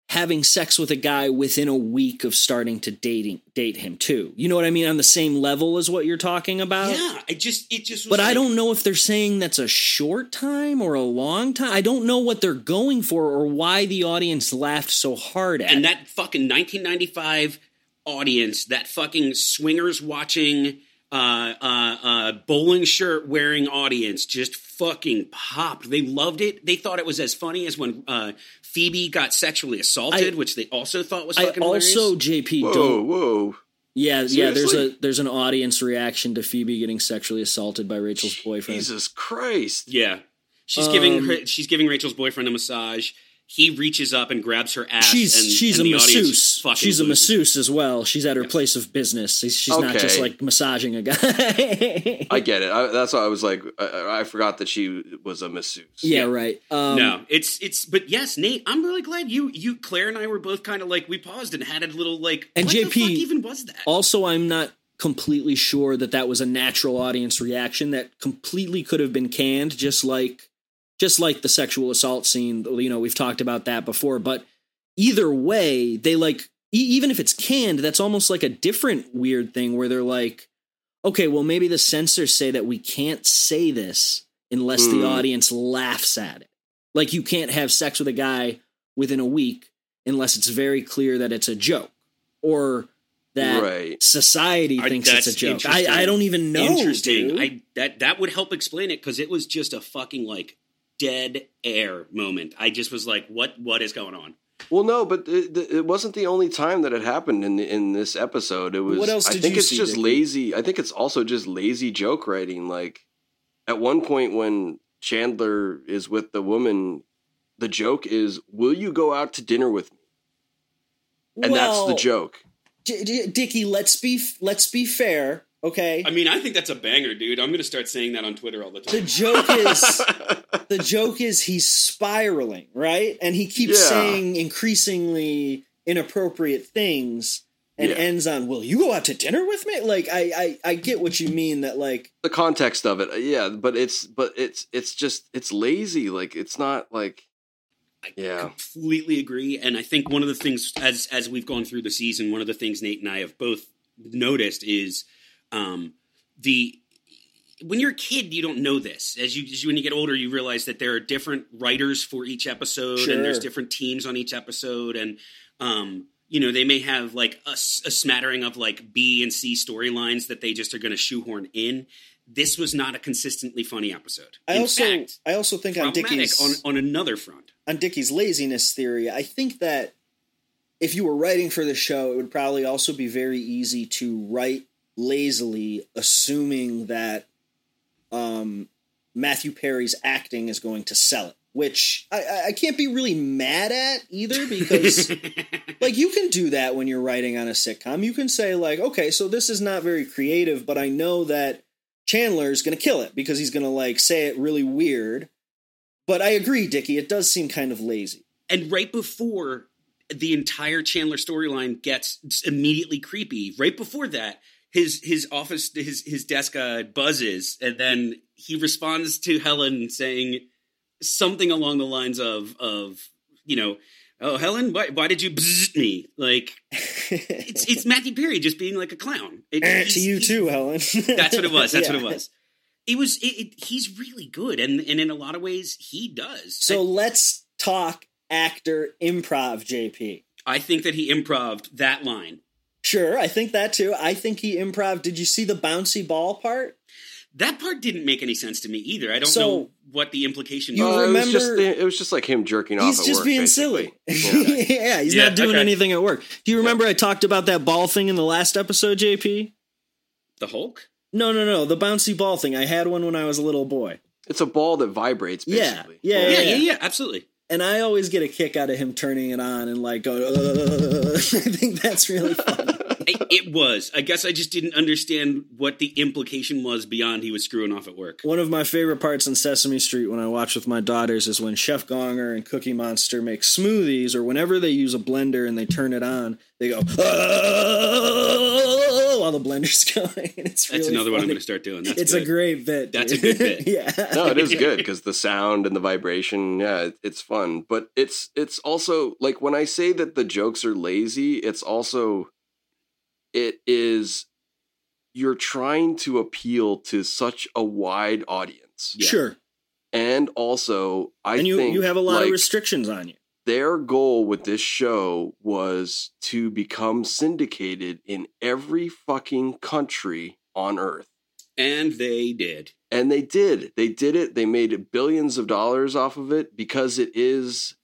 having sex with a guy within a week of starting to dating date him too. You know what I mean? On the same level as what you're talking about. yeah, I just it just was But I like- don't know if they're saying that's a short time or a long time. I don't know what they're going for or why the audience laughed so hard at. and it. that fucking 1995 audience, that fucking swingers watching, uh, uh, uh, bowling shirt wearing audience, just fucking popped. They loved it. They thought it was as funny as when uh, Phoebe got sexually assaulted, I- which they also thought was I fucking hilarious. also JP don't Whoa, whoa! Yeah, yeah. There's Seriously? a there's an audience reaction to Phoebe getting sexually assaulted by Rachel's boyfriend. Jesus Christ! Yeah, she's Um, giving her, she's giving Rachel's boyfriend a massage. he reaches up and grabs her ass. she's and, she's and a the audience masseuse. fucking She's a loses it. masseuse as well. She's at her place of business. She's, she's not just Okay. like massaging a guy. *laughs* I get it. I, that's why I was like, I, I forgot that she was a masseuse. yeah, right. Um, no, it's it's but yes, Nate, I'm really glad you you Claire and I were both kind of like we paused and had a little like And Oh, what JP the fuck even was that? Also, I'm not completely sure that that was a natural audience reaction. That completely could have been canned, just like just like the sexual assault scene. You know, we've talked about that before. But either way, they like e- even if it's canned, that's almost like a different weird thing where they're like, okay, well maybe the censors say that we can't say this unless the Mm. audience laughs at it. Like you can't have sex with a guy within a week unless it's very clear that it's a joke or that Right. society I- thinks it's a that's joke. I, interesting. I don't even know. Interesting. dude. I that that would help explain it because it was just a fucking like dead air moment. I just was like, what what is going on? Well, no, but it, it wasn't the only time that it happened in in this episode. It was. What else I did think you it's see, just Dickie? lazy. I think it's also just lazy joke writing. Like at one point when Chandler is with the woman, the joke is, "Will you go out to dinner with me?" And that's Well, the joke. D- D- Dickie, let's be f- let's be fair, okay? I mean, I think that's a banger, dude. I'm gonna start saying that on Twitter all the the time. joke *laughs* is the joke is he's spiraling, right? And he keeps Yeah. saying increasingly inappropriate things and Yeah. ends on, "Will you go out to dinner with me?" Like I I I get what you mean that like the context of it yeah but it's but it's it's just it's lazy like it's not like yeah completely agree and i think one of the things as as we've gone through the season one of the things nate and i have both noticed is um the when you're a kid you don't know this as you, as you when you get older you realize that there are different writers for each episode Sure. and there's different teams on each episode and um you know they may have like a, s- a smattering of like b and c storylines that they just are going to shoehorn in this was not a consistently funny episode I in also fact I also think on problematic Dickie's on, on another front *laughs* *laughs* on Dickie's laziness theory, I think that if you were writing for the show, it would probably also be very easy to write lazily, assuming that um, Matthew Perry's acting is going to sell it. Which I- I, I can't be really mad at either because, like, you can do that when you're writing on a sitcom. You can say, like, okay, so this is not very creative, but I know that Chandler is going to kill it because he's going to, like, say it really weird. But I agree, Dickie, it does seem kind of lazy. *laughs* and right before the entire Chandler storyline gets immediately creepy, right before that, his his office his his desk uh, buzzes, and then he responds to Helen saying something along the lines of of you know. Oh Helen, why, why did you bzzz me? Like it's it's Matthew Perry just being like a clown. It- Eh, he's- to you he- too, Helen. *laughs* That's what it was. That's Yeah. what it was. It was. It, it, he's really good, and and in a lot of ways he does. So let's talk actor improv, JP. I think that he improved that line. Sure, I think that too. I think he improv. Did you see the bouncy ball part? That part didn't make any sense to me either. I don't So- know what the implication You Uh, was. it was just remember- it was just like him jerking off He's at just work, being basically. *laughs* silly. Yeah. yeah, he's Yeah, not doing okay. anything at work. Do you remember I talked about that ball thing in the last episode, JP? the Hulk? No, no, no. The bouncy ball thing. I had one when I was a little boy. it's a ball that vibrates Yeah. basically Yeah, Yeah, yeah, yeah, absolutely. And I always get a kick out of him turning it on and like go. "Uh." *laughs* I think that's *laughs* really funny. I- it was. I guess I just didn't understand what the implication was beyond he was screwing off at work. One of my favorite parts in Sesame Street when I watch with my daughters is when Chef Gonger and Cookie Monster make smoothies or whenever they use a blender and they turn it on, they go "Oh," while the blender's *laughs* going. It's That's really another one I'm funny. going to start doing. That's it's good. a great bit. That's a dude. good bit. *laughs* yeah. no it is good because the sound and the vibration yeah it, it's fun but it's it's also like when i say that the jokes are lazy it's also it is you're trying to appeal to such a wide audience Yeah. Sure. and also i and you think you have a lot of like, restrictions on you. their goal with this show was to become syndicated in every fucking country on earth. And they did. And they did. They did it. They made billions of dollars off of it because it is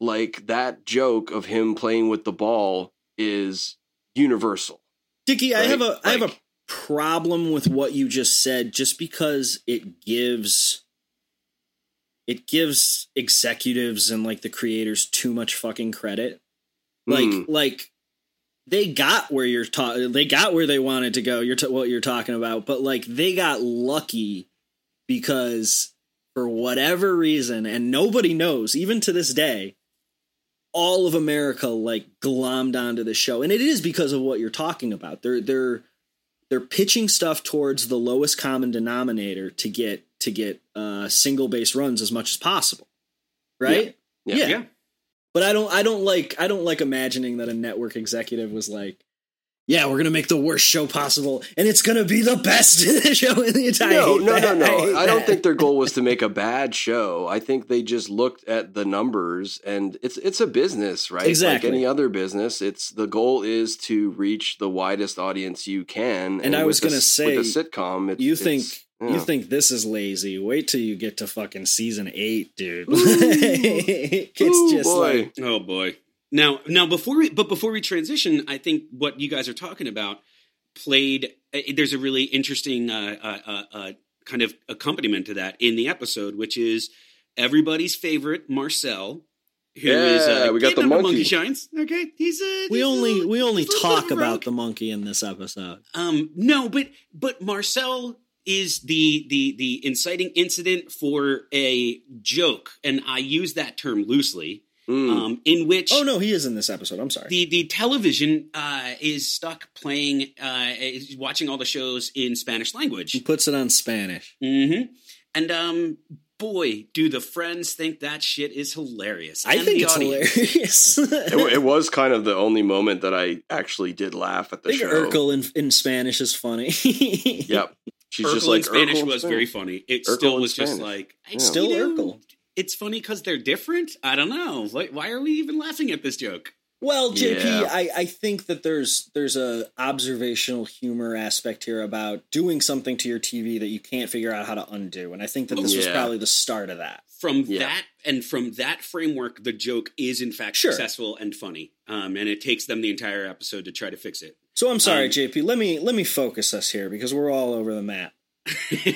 like that joke of him playing with the ball is universal. Dickie, I Right? have a I have a Like- problem with what you just said just because it gives it gives executives and like the creators too much fucking credit. Like Mm. like they got where you're ta- they got where they wanted to go. You're t- what you're talking about, but like they got lucky because for whatever reason and nobody knows even to this day all of America like glommed onto the show. And it is because of what you're talking about. They're they're they're pitching stuff towards the lowest common denominator to get to get uh, single base runs as much as possible, right? Yeah. Yeah. But I don't I don't like I don't like imagining that a network executive was like, yeah, we're gonna make the worst show possible, and it's gonna be the best show in the entire. no, no, *laughs* no, no. I, don't think they're their goal was to make a bad show. I think they just looked at the numbers, and it's it's a business, right? Exactly. Like any other business, it's the goal is to reach the widest audience you can. And, I with was the- gonna say, with a sitcom, it, you it's- think yeah. you think this is lazy. Wait till you get to fucking season eight, dude. *laughs* Ooh. it's Ooh, just boy. like Oh boy. Now, now before we, but before we transition, I think what you guys are talking about played. uh, There's a really interesting uh, uh, uh, uh, kind of accompaniment to that in the episode, which is everybody's favorite Marcel. who is uh, Yeah, we got game the member monkey. shines. Okay, he's uh, a. we only we only he's a talk little about rogue. the monkey in this episode. Um, no, but but Marcel is the the the inciting incident for a joke, and I use that term loosely. Mm. Um, in which Oh no, he is in this episode. I'm sorry. the the television uh, is stuck playing, uh, is watching all the shows in Spanish He language. puts it on Spanish. Mm-hmm. And um, boy, do the friends think that shit is hilarious. I And think the it's audience. *laughs* hilarious. it, wa- it was kind of the only moment that I actually did laugh at I the think show. Urkel in, in Spanish is funny. *laughs* Yep. She's Urkel just like in Spanish Urkel in was Spanish. very funny. It Urkel still in was just Spanish. like I- Yeah. Still you know, Urkel. It's funny because they're different. I don't know. Like, why are we even laughing at this joke? Well, JP, Yeah. I, I think that there's there's a observational humor aspect here about doing something to your TV that you can't figure out how to undo, and I think that this was Oh, Yeah. probably the start of that. From Yeah. that and from that framework, the joke is in fact Sure. successful and funny. Um, and it takes them the entire episode to try to fix it. So I'm sorry, Um, JP. Let me let me focus us here because we're all over the map.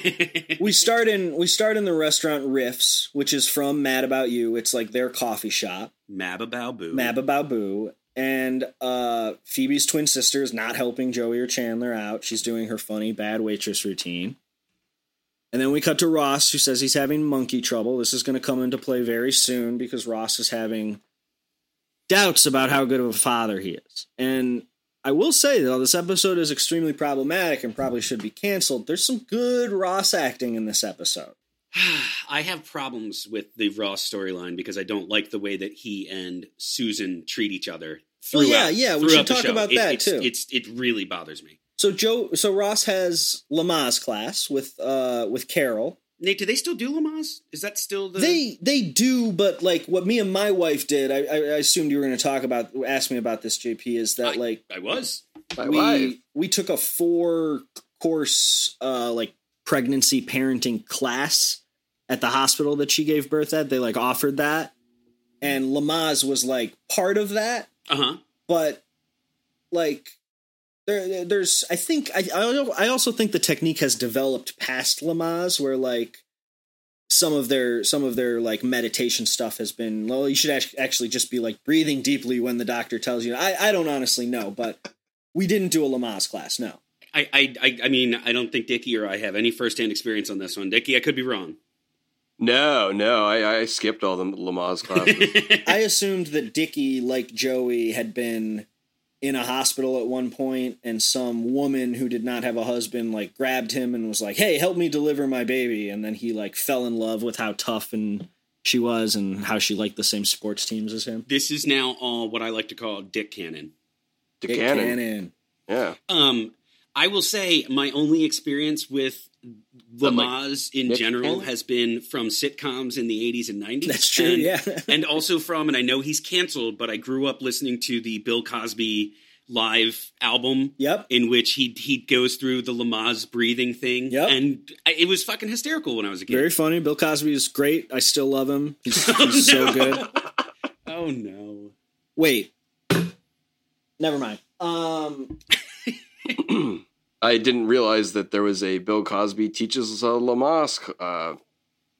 *laughs* we start in we start in the restaurant Riffs, which is from Mad About You. It's like their coffee shop, Mababow Boo. Mad About Boo. And uh, Phoebe's twin sister is not helping Joey or Chandler out. She's doing her funny bad waitress routine. And then we cut to Ross, who says he's having monkey trouble. This is going to come into play very soon because Ross is having doubts about how good of a father he is. And I will say, though, this episode is extremely problematic and probably should be canceled. There's some good Ross acting in this episode. *sighs* I have problems with the Ross storyline because I don't like the way that he and Susan treat each other. Well, Throughout, Oh, yeah, yeah, we should throughout the talk show. about It- that, it's, too. It's it really bothers me. So Joe, so Ross has Lamaze class with uh with Carol. Nate, do they still do Lamaze? Is that still the They they do, but like what me and my wife did, I, I, I assumed you were going to talk about, ask me about this, JP. Is that I- like I was. My we wife. we took a four course uh like pregnancy parenting class at the hospital that she gave birth at. They like offered that, and Lamaze was like part of that, Uh huh. but like there there's I think I I al- I also think the technique has developed past Lamaze where like some of their some of their like meditation stuff has been well you should act- actually just be like breathing deeply when the doctor tells you I I don't honestly know but we didn't do a Lamaze class no I, I I I mean I don't think Dickie or I have any firsthand experience on this one. Dickie, I could be wrong. No, no, I, I skipped all the Lamaze classes. I assumed that Dickie like Joey had been in a hospital at one point and some woman who did not have a husband like grabbed him and was like hey help me deliver my baby and then he like fell in love with how tough and she was and how she liked the same sports teams as him this is now all what I like to call Dick Cannon. Dick Cannon. Cannon. Yeah. Um, I will say my only experience with But, like, Lamaze in Nick general Cannon? has been from sitcoms in the 80s and 90s. that's true And- yeah *laughs* and also from, and I know he's canceled, but I grew up listening to the Bill Cosby live album yep in which he he goes through the Lamaze breathing thing. Yep. And I, it was fucking hysterical when I was a kid. very funny bill cosby is great i still love him he's, he's so good oh, no. wait never mind um I didn't realize that there was a Bill Cosby teaches us a Lamaze uh,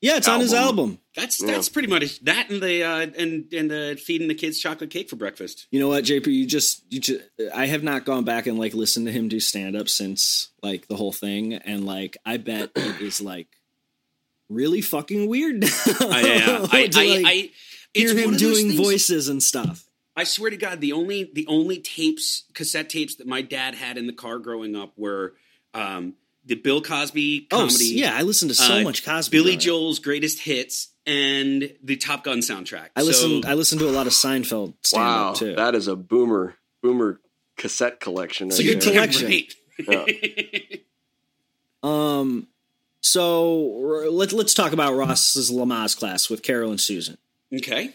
Yeah, it's on his Album. album. That's Yeah. that's pretty much that, and the uh, and and the feeding the kids chocolate cake *laughs* for breakfast. You know what, JP? You just you just I have not gone back and like listened to him do stand up since like the whole thing, and like I bet it is like really fucking weird. I, Uh, *laughs* yeah, I, To, I, like, I it's Oh, hear one him of those doing things- voices and stuff. I swear to God, the only the only tapes, cassette tapes that my dad had in the car growing up were um, the Bill Cosby Oh comedy, s- yeah, I listened to so uh, much Cosby. Billy growing up. Joel's greatest hits, and the Top Gun soundtrack. I So- listened. I listened to a lot of Seinfeld stand Wow, up too. that is a boomer boomer cassette collection. It's right a good there. collect- collection. Right. Um, so r- let, let's talk about Ross's Lamaze class with Carol and Susan. *laughs* okay.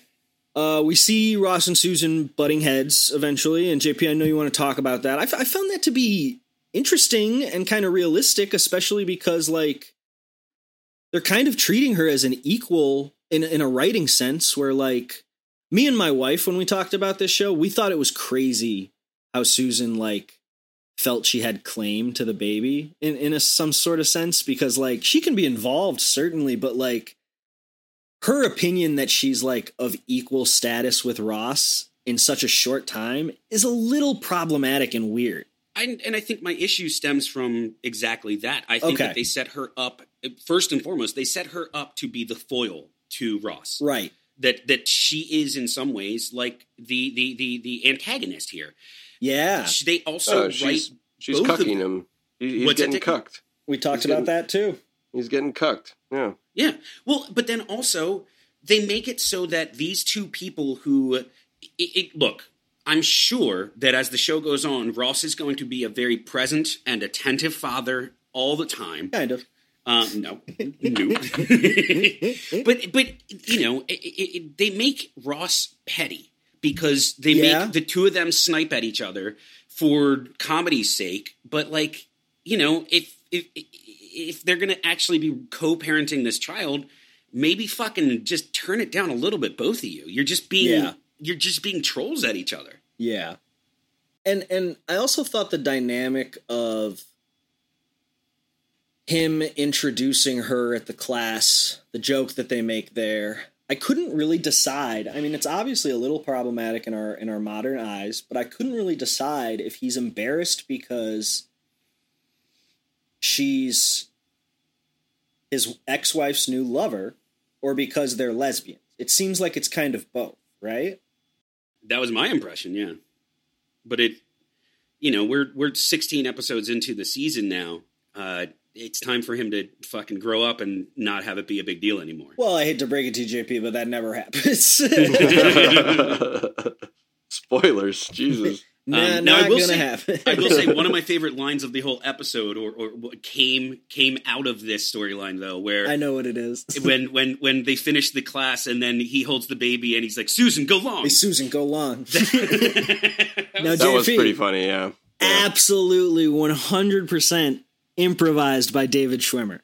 Uh, we see Ross and Susan butting heads eventually, and JP, I know you want to talk about that. I, f- I found that to be interesting and kind of realistic, especially because like they're kind of treating her as an equal in in a writing sense, where like me and my wife, when we talked about this show, we thought it was crazy how Susan like felt she had claim to the baby in in a, some sort of sense because like she can be involved certainly, but like her opinion that she's like of equal status with Ross in such a short time is a little problematic and weird. I, and I think my issue stems from exactly that. I think Okay. that they set her up first and foremost. They set her up to be the foil to Ross. Right. That that she is in some ways like the the the the antagonist here. Yeah. She- They Uh, also write she's she's both of cucking him. He- he's What's getting it- cucked. We talked He's getting- about that too. He's getting cucked. Yeah. *laughs* Yeah. Well, but then also they make it so that these two people who it, it, look, I'm sure that as the show goes on, Ross is going to be a very present and attentive father all the time. Kind of. Um, *laughs* no, no. *laughs* but but you know, it, it, it, they make Ross petty because they Yeah. make the two of them snipe at each other for comedy's sake. But like, you know, if if if they're gonna actually be co-parenting this child, maybe fucking just turn it down a little bit, both of you. You're just being Yeah. you're just being trolls at each other. Yeah. And and I also thought the dynamic of him introducing her at the class, the joke that they make there. I couldn't really decide. I mean, it's obviously a little problematic in our in our modern eyes, but I couldn't really decide if he's embarrassed because she's his ex-wife's new lover or because they're lesbians. It seems like it's kind of both, right? That was my impression, yeah. But it, you know, we're we're 16 episodes into the season now. Uh, it's time for him to fucking grow up and not have it be a big deal anymore. Well, I hate to break it to you, JP, but that never happens. *laughs* Um, Spoilers, Jesus. nah, Um, now, I not will gonna say- happen. I will say one of my favorite lines of the whole episode, or, or what came came out of this storyline though, *laughs* where I know what it is. when when when they finish the class and then he holds the baby and he's like, "Susan, go long." Hey, Susan, go long. *laughs* now, That was JP, pretty funny. Yeah. Yeah. absolutely 100% improvised by David Schwimmer.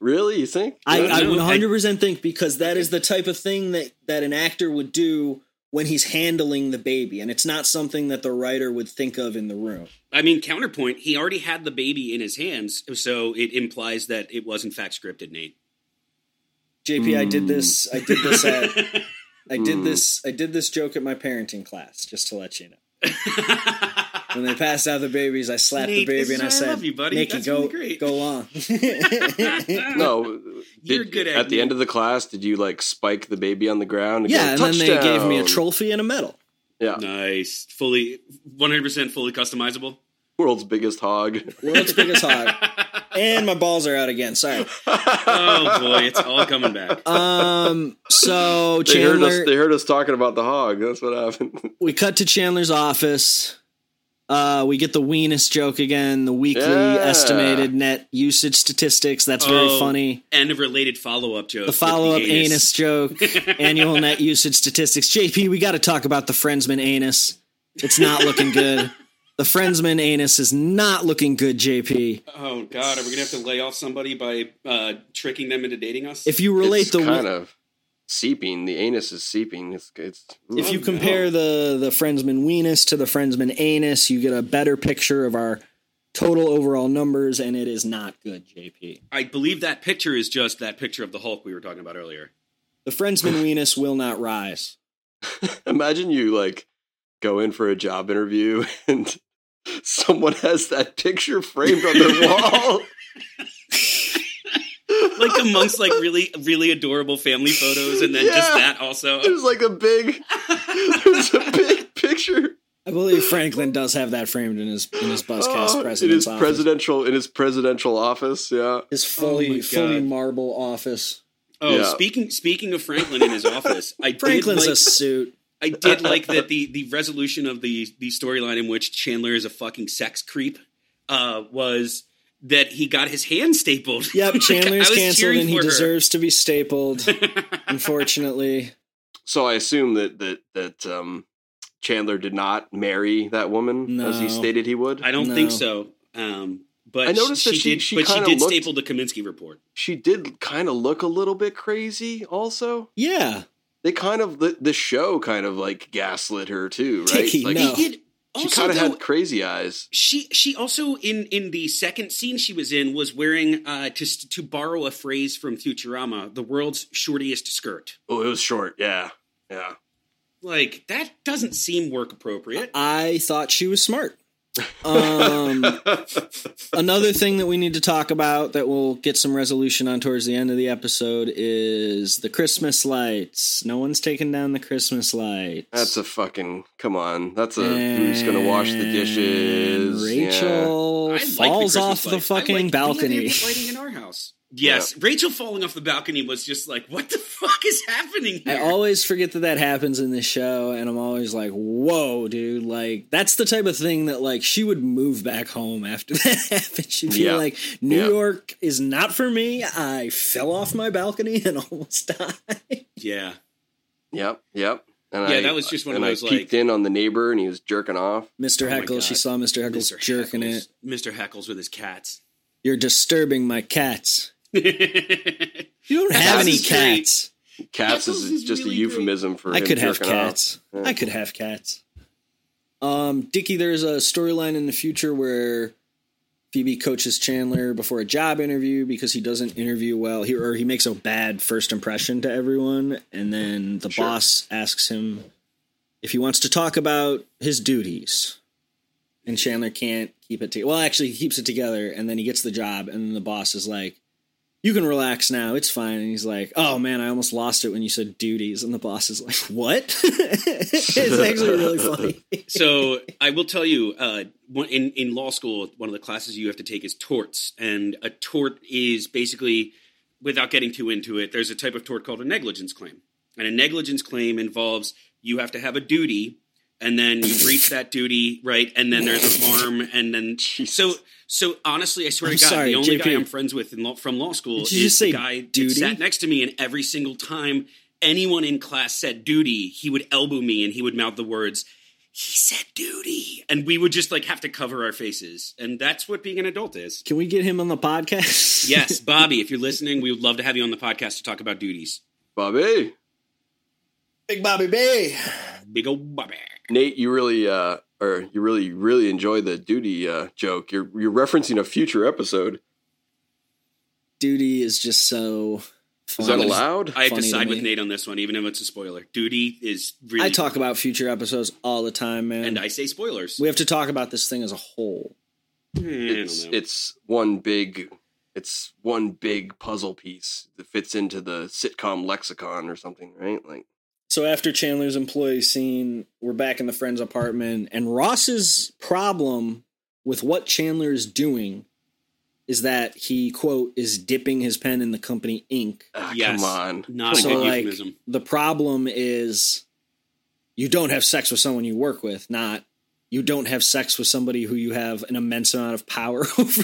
Really? You think? I, Yeah, I no, I- 100% think because that is the type of thing that, that an actor would do when he's handling the baby, and it's not something that the writer would think of in the room. *laughs* I mean, counterpoint, he already had the baby in his hands, so it implies that it was in fact scripted, Nate. JP, I did Hmm. this. I did this at. *laughs* I Hmm. did this. I did this joke at my parenting class, just to let you know. When they passed out the babies, I slapped Nate, the this baby is and I why I said, love you, buddy. "Nikki, That's go really great." go *laughs* on." *laughs* no. You're did- good at at the me. end of the class. Did you like spike the baby on the ground? And yeah, and go, then they gave me a "Touchdown!" trophy and a medal. Yeah, Nice, fully, one hundred percent, fully customizable. world's biggest hog. World's biggest hog, and my balls are out again. Sorry. *laughs* Oh *laughs* boy, it's all coming back. *laughs* Um. So They heard us. Chandler, They heard us talking about the hog. That's what happened. we cut to Chandler's office. Uh, we get the weenus joke again. The weekly Yeah. estimated net usage statistics. That's very Oh. funny. And a related follow-up joke. The follow up with the anus. *laughs* joke, annual net usage statistics. JP, we got to talk about the Friendsman anus. It's not looking good. The Friendsman anus is not looking good, JP. Oh God, are we gonna have to lay off somebody by uh, tricking them into dating us? If you *laughs* relate it's the kind of seeping. The anus is seeping. It's it's. mm. if you compare the the Friendsman weenus to the Friendsman anus, you get a better picture of our total overall numbers, and it is not good, JP. I believe that picture is just that picture of the Hulk we were talking about earlier. The *sighs* Friendsman Venus will not rise. *laughs* Imagine you like go in for a job interview *laughs* and someone has that picture framed on *laughs* their wall. Like amongst like really really adorable family photos, and then just Yeah. that also. There's like a big, there's a *laughs* big picture. I believe Franklin does have that framed in his in his Oh, Buzzcast in president's his office. presidential in his presidential office. Yeah, His Oh my fully God. fully marble office. Oh, Yeah. speaking speaking of Franklin in his office, I Franklin's did a like, suit. I did like that the the resolution of the the storyline in which Chandler is a fucking sex creep uh, was that he got his hand stapled. *laughs* *laughs* Yep, I Chandler's was canceled cheering and he for her. deserves to be *laughs* stapled. Unfortunately, so I assume that that that um, Chandler did not marry that woman as he No. stated he would. I don't think No. so. Um, but I noticed that she- did, she but she kinda did looked- staple the Kaminsky report. she did kind of look a little bit crazy. Also, yeah, they kind of the, the show kind of like gaslit her too, *laughs* right? Tiki, like, no. He did. She Also, kind of though, had crazy eyes. she she also in in the second scene she was in was wearing uh to to borrow a phrase from Futurama, the world's shortiest skirt. Oh, it was short. Yeah, *laughs* yeah. Like that doesn't seem work appropriate. I thought she was smart. Um, another thing that we need to talk about that we'll get some resolution on towards the end of the episode is the Christmas lights. No one's taking down the Christmas lights. That's a fucking come on. That's a who's gonna wash the dishes. And Yeah. Rachel I like the falls Christmas off the lights. I like- fucking we have balcony. ambient lighting in our house. Yes, Rachel falling off the balcony was just like, what the fuck is happening I here? always forget that that happens in this show, and I'm always like, "Whoa, dude! Like that's the type of thing that like she would move back home after *laughs* that happened. She'd be Yeah. like, New Yeah. York is not for me. I fell off my balcony *laughs* and almost died. yeah, Yep, yep. And Yeah, that was just one of and those, I like- peeked in on the neighbor and he was jerking off. Mr. Oh my Heckles, she God. saw Mr. Heckles Mr. jerking Heckles- it. Mr. Heckles with his cats. *laughs* You're disturbing my cats. Heckles You don't have Cats any is great. cats. Cats Heckles is, is just really a euphemism for I him could have jerking off. cats. Yeah. I could have cats. Um, Dickie, there's a storyline in the future where Phoebe coaches Chandler before a job interview because he doesn't interview well. He or he makes a bad first impression to everyone, and then the Sure. boss asks him if he wants to talk about his duties. And Chandler can't keep it together. Well, actually, he keeps it together, and then he gets the job, and then the boss is like, you can relax now. It's fine. And he's like, oh man, I almost lost it when you said duties. And the boss is like, what? *laughs* it's actually really funny. so I will tell you, uh, one- in in law school, one of the classes you have to take is torts, and a tort is basically, without getting too into it, there's a type of tort called a negligence claim, and a negligence claim involves you have to have a duty, and then you breach that duty, right? And then there's a harm, *laughs* and then so so honestly, I swear I'm to God, sorry, the only JP. guy I'm friends with in law, from law school Did is you just say the guy duty? that sat next to me, and every single time anyone in class said duty, he would elbow me and he would mouth the words he said duty and we would just like have to cover our faces and that's what being an adult is Can we get him on the podcast? yes bobby if you're listening we would love to have you on the podcast to talk about duties Bobby. *laughs* Big Bobby B. big old bobby Nate, you really uh or you really really enjoy the duty uh joke. You're you're referencing a future episode. *laughs* Duty is just so Is fun. that allowed? i have to Funny to side with me. nate on this one even if it's a spoiler duty is really I talk about future episodes all the time, man. and i say spoilers we have to talk about this thing as a whole. Hmm, I don't it's know. it's one big it's one big puzzle piece that fits into the sitcom lexicon or something, right? Like So after Chandler's employee scene, we're back in the friend's apartment, and Ross's problem with what Chandler is doing is that he quote is dipping his pen in the company ink. ah, Yes. come on. not a so good like euphemism the problem is you don't have sex with someone you work with, not you don't have sex with somebody who you have an immense amount of power *laughs* over.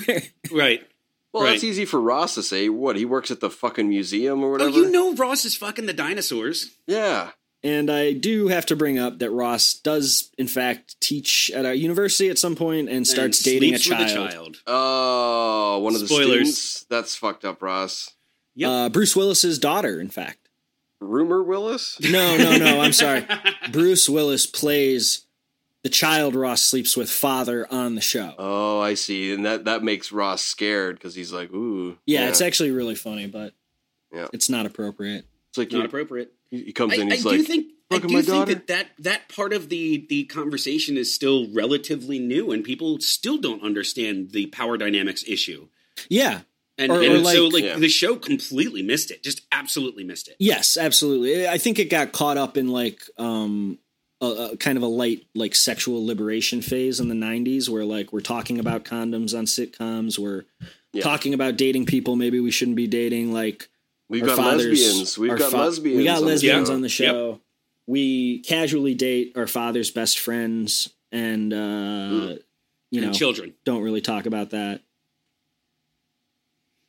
right Well, Right. that's easy for Ross to say. What he works at the fucking museum or whatever. oh you know ross is fucking the dinosaurs Yeah, And I do have to bring up that Ross does in fact teach at a university at some point and starts And dating a sleeps with child. child Oh, one of the Spoilers. students. That's fucked up, Ross. Yep. Uh, Bruce Willis's daughter, in fact. Rumor Willis? *laughs* No, no, no. I'm sorry. Bruce Willis plays the child Ross sleeps with father on the show. Oh, I see. And that that makes Ross scared because he's like, ooh. yeah, it's actually really funny, but Yeah. it's not appropriate. It's like Not he, appropriate. he comes I, in, I he's do like, think I "Look at do my think daughter." that, that that part of the the conversation is still relatively new, and people still don't understand the power dynamics issue. Yeah. And, Or- and or so, like- like Yeah. the show completely missed it, just absolutely missed it. Yes, absolutely. I think it got caught up in like um a, a kind of a light like sexual liberation phase in the 90s where like we're talking about condoms on sitcoms, we're Yeah. talking about dating people maybe we shouldn't be dating like we've our got fathers- lesbians. We've our got fa- lesbians. We got on the lesbians show." on the show. We casually date our father's best friends and uh Mm. you know and children, don't really talk about that.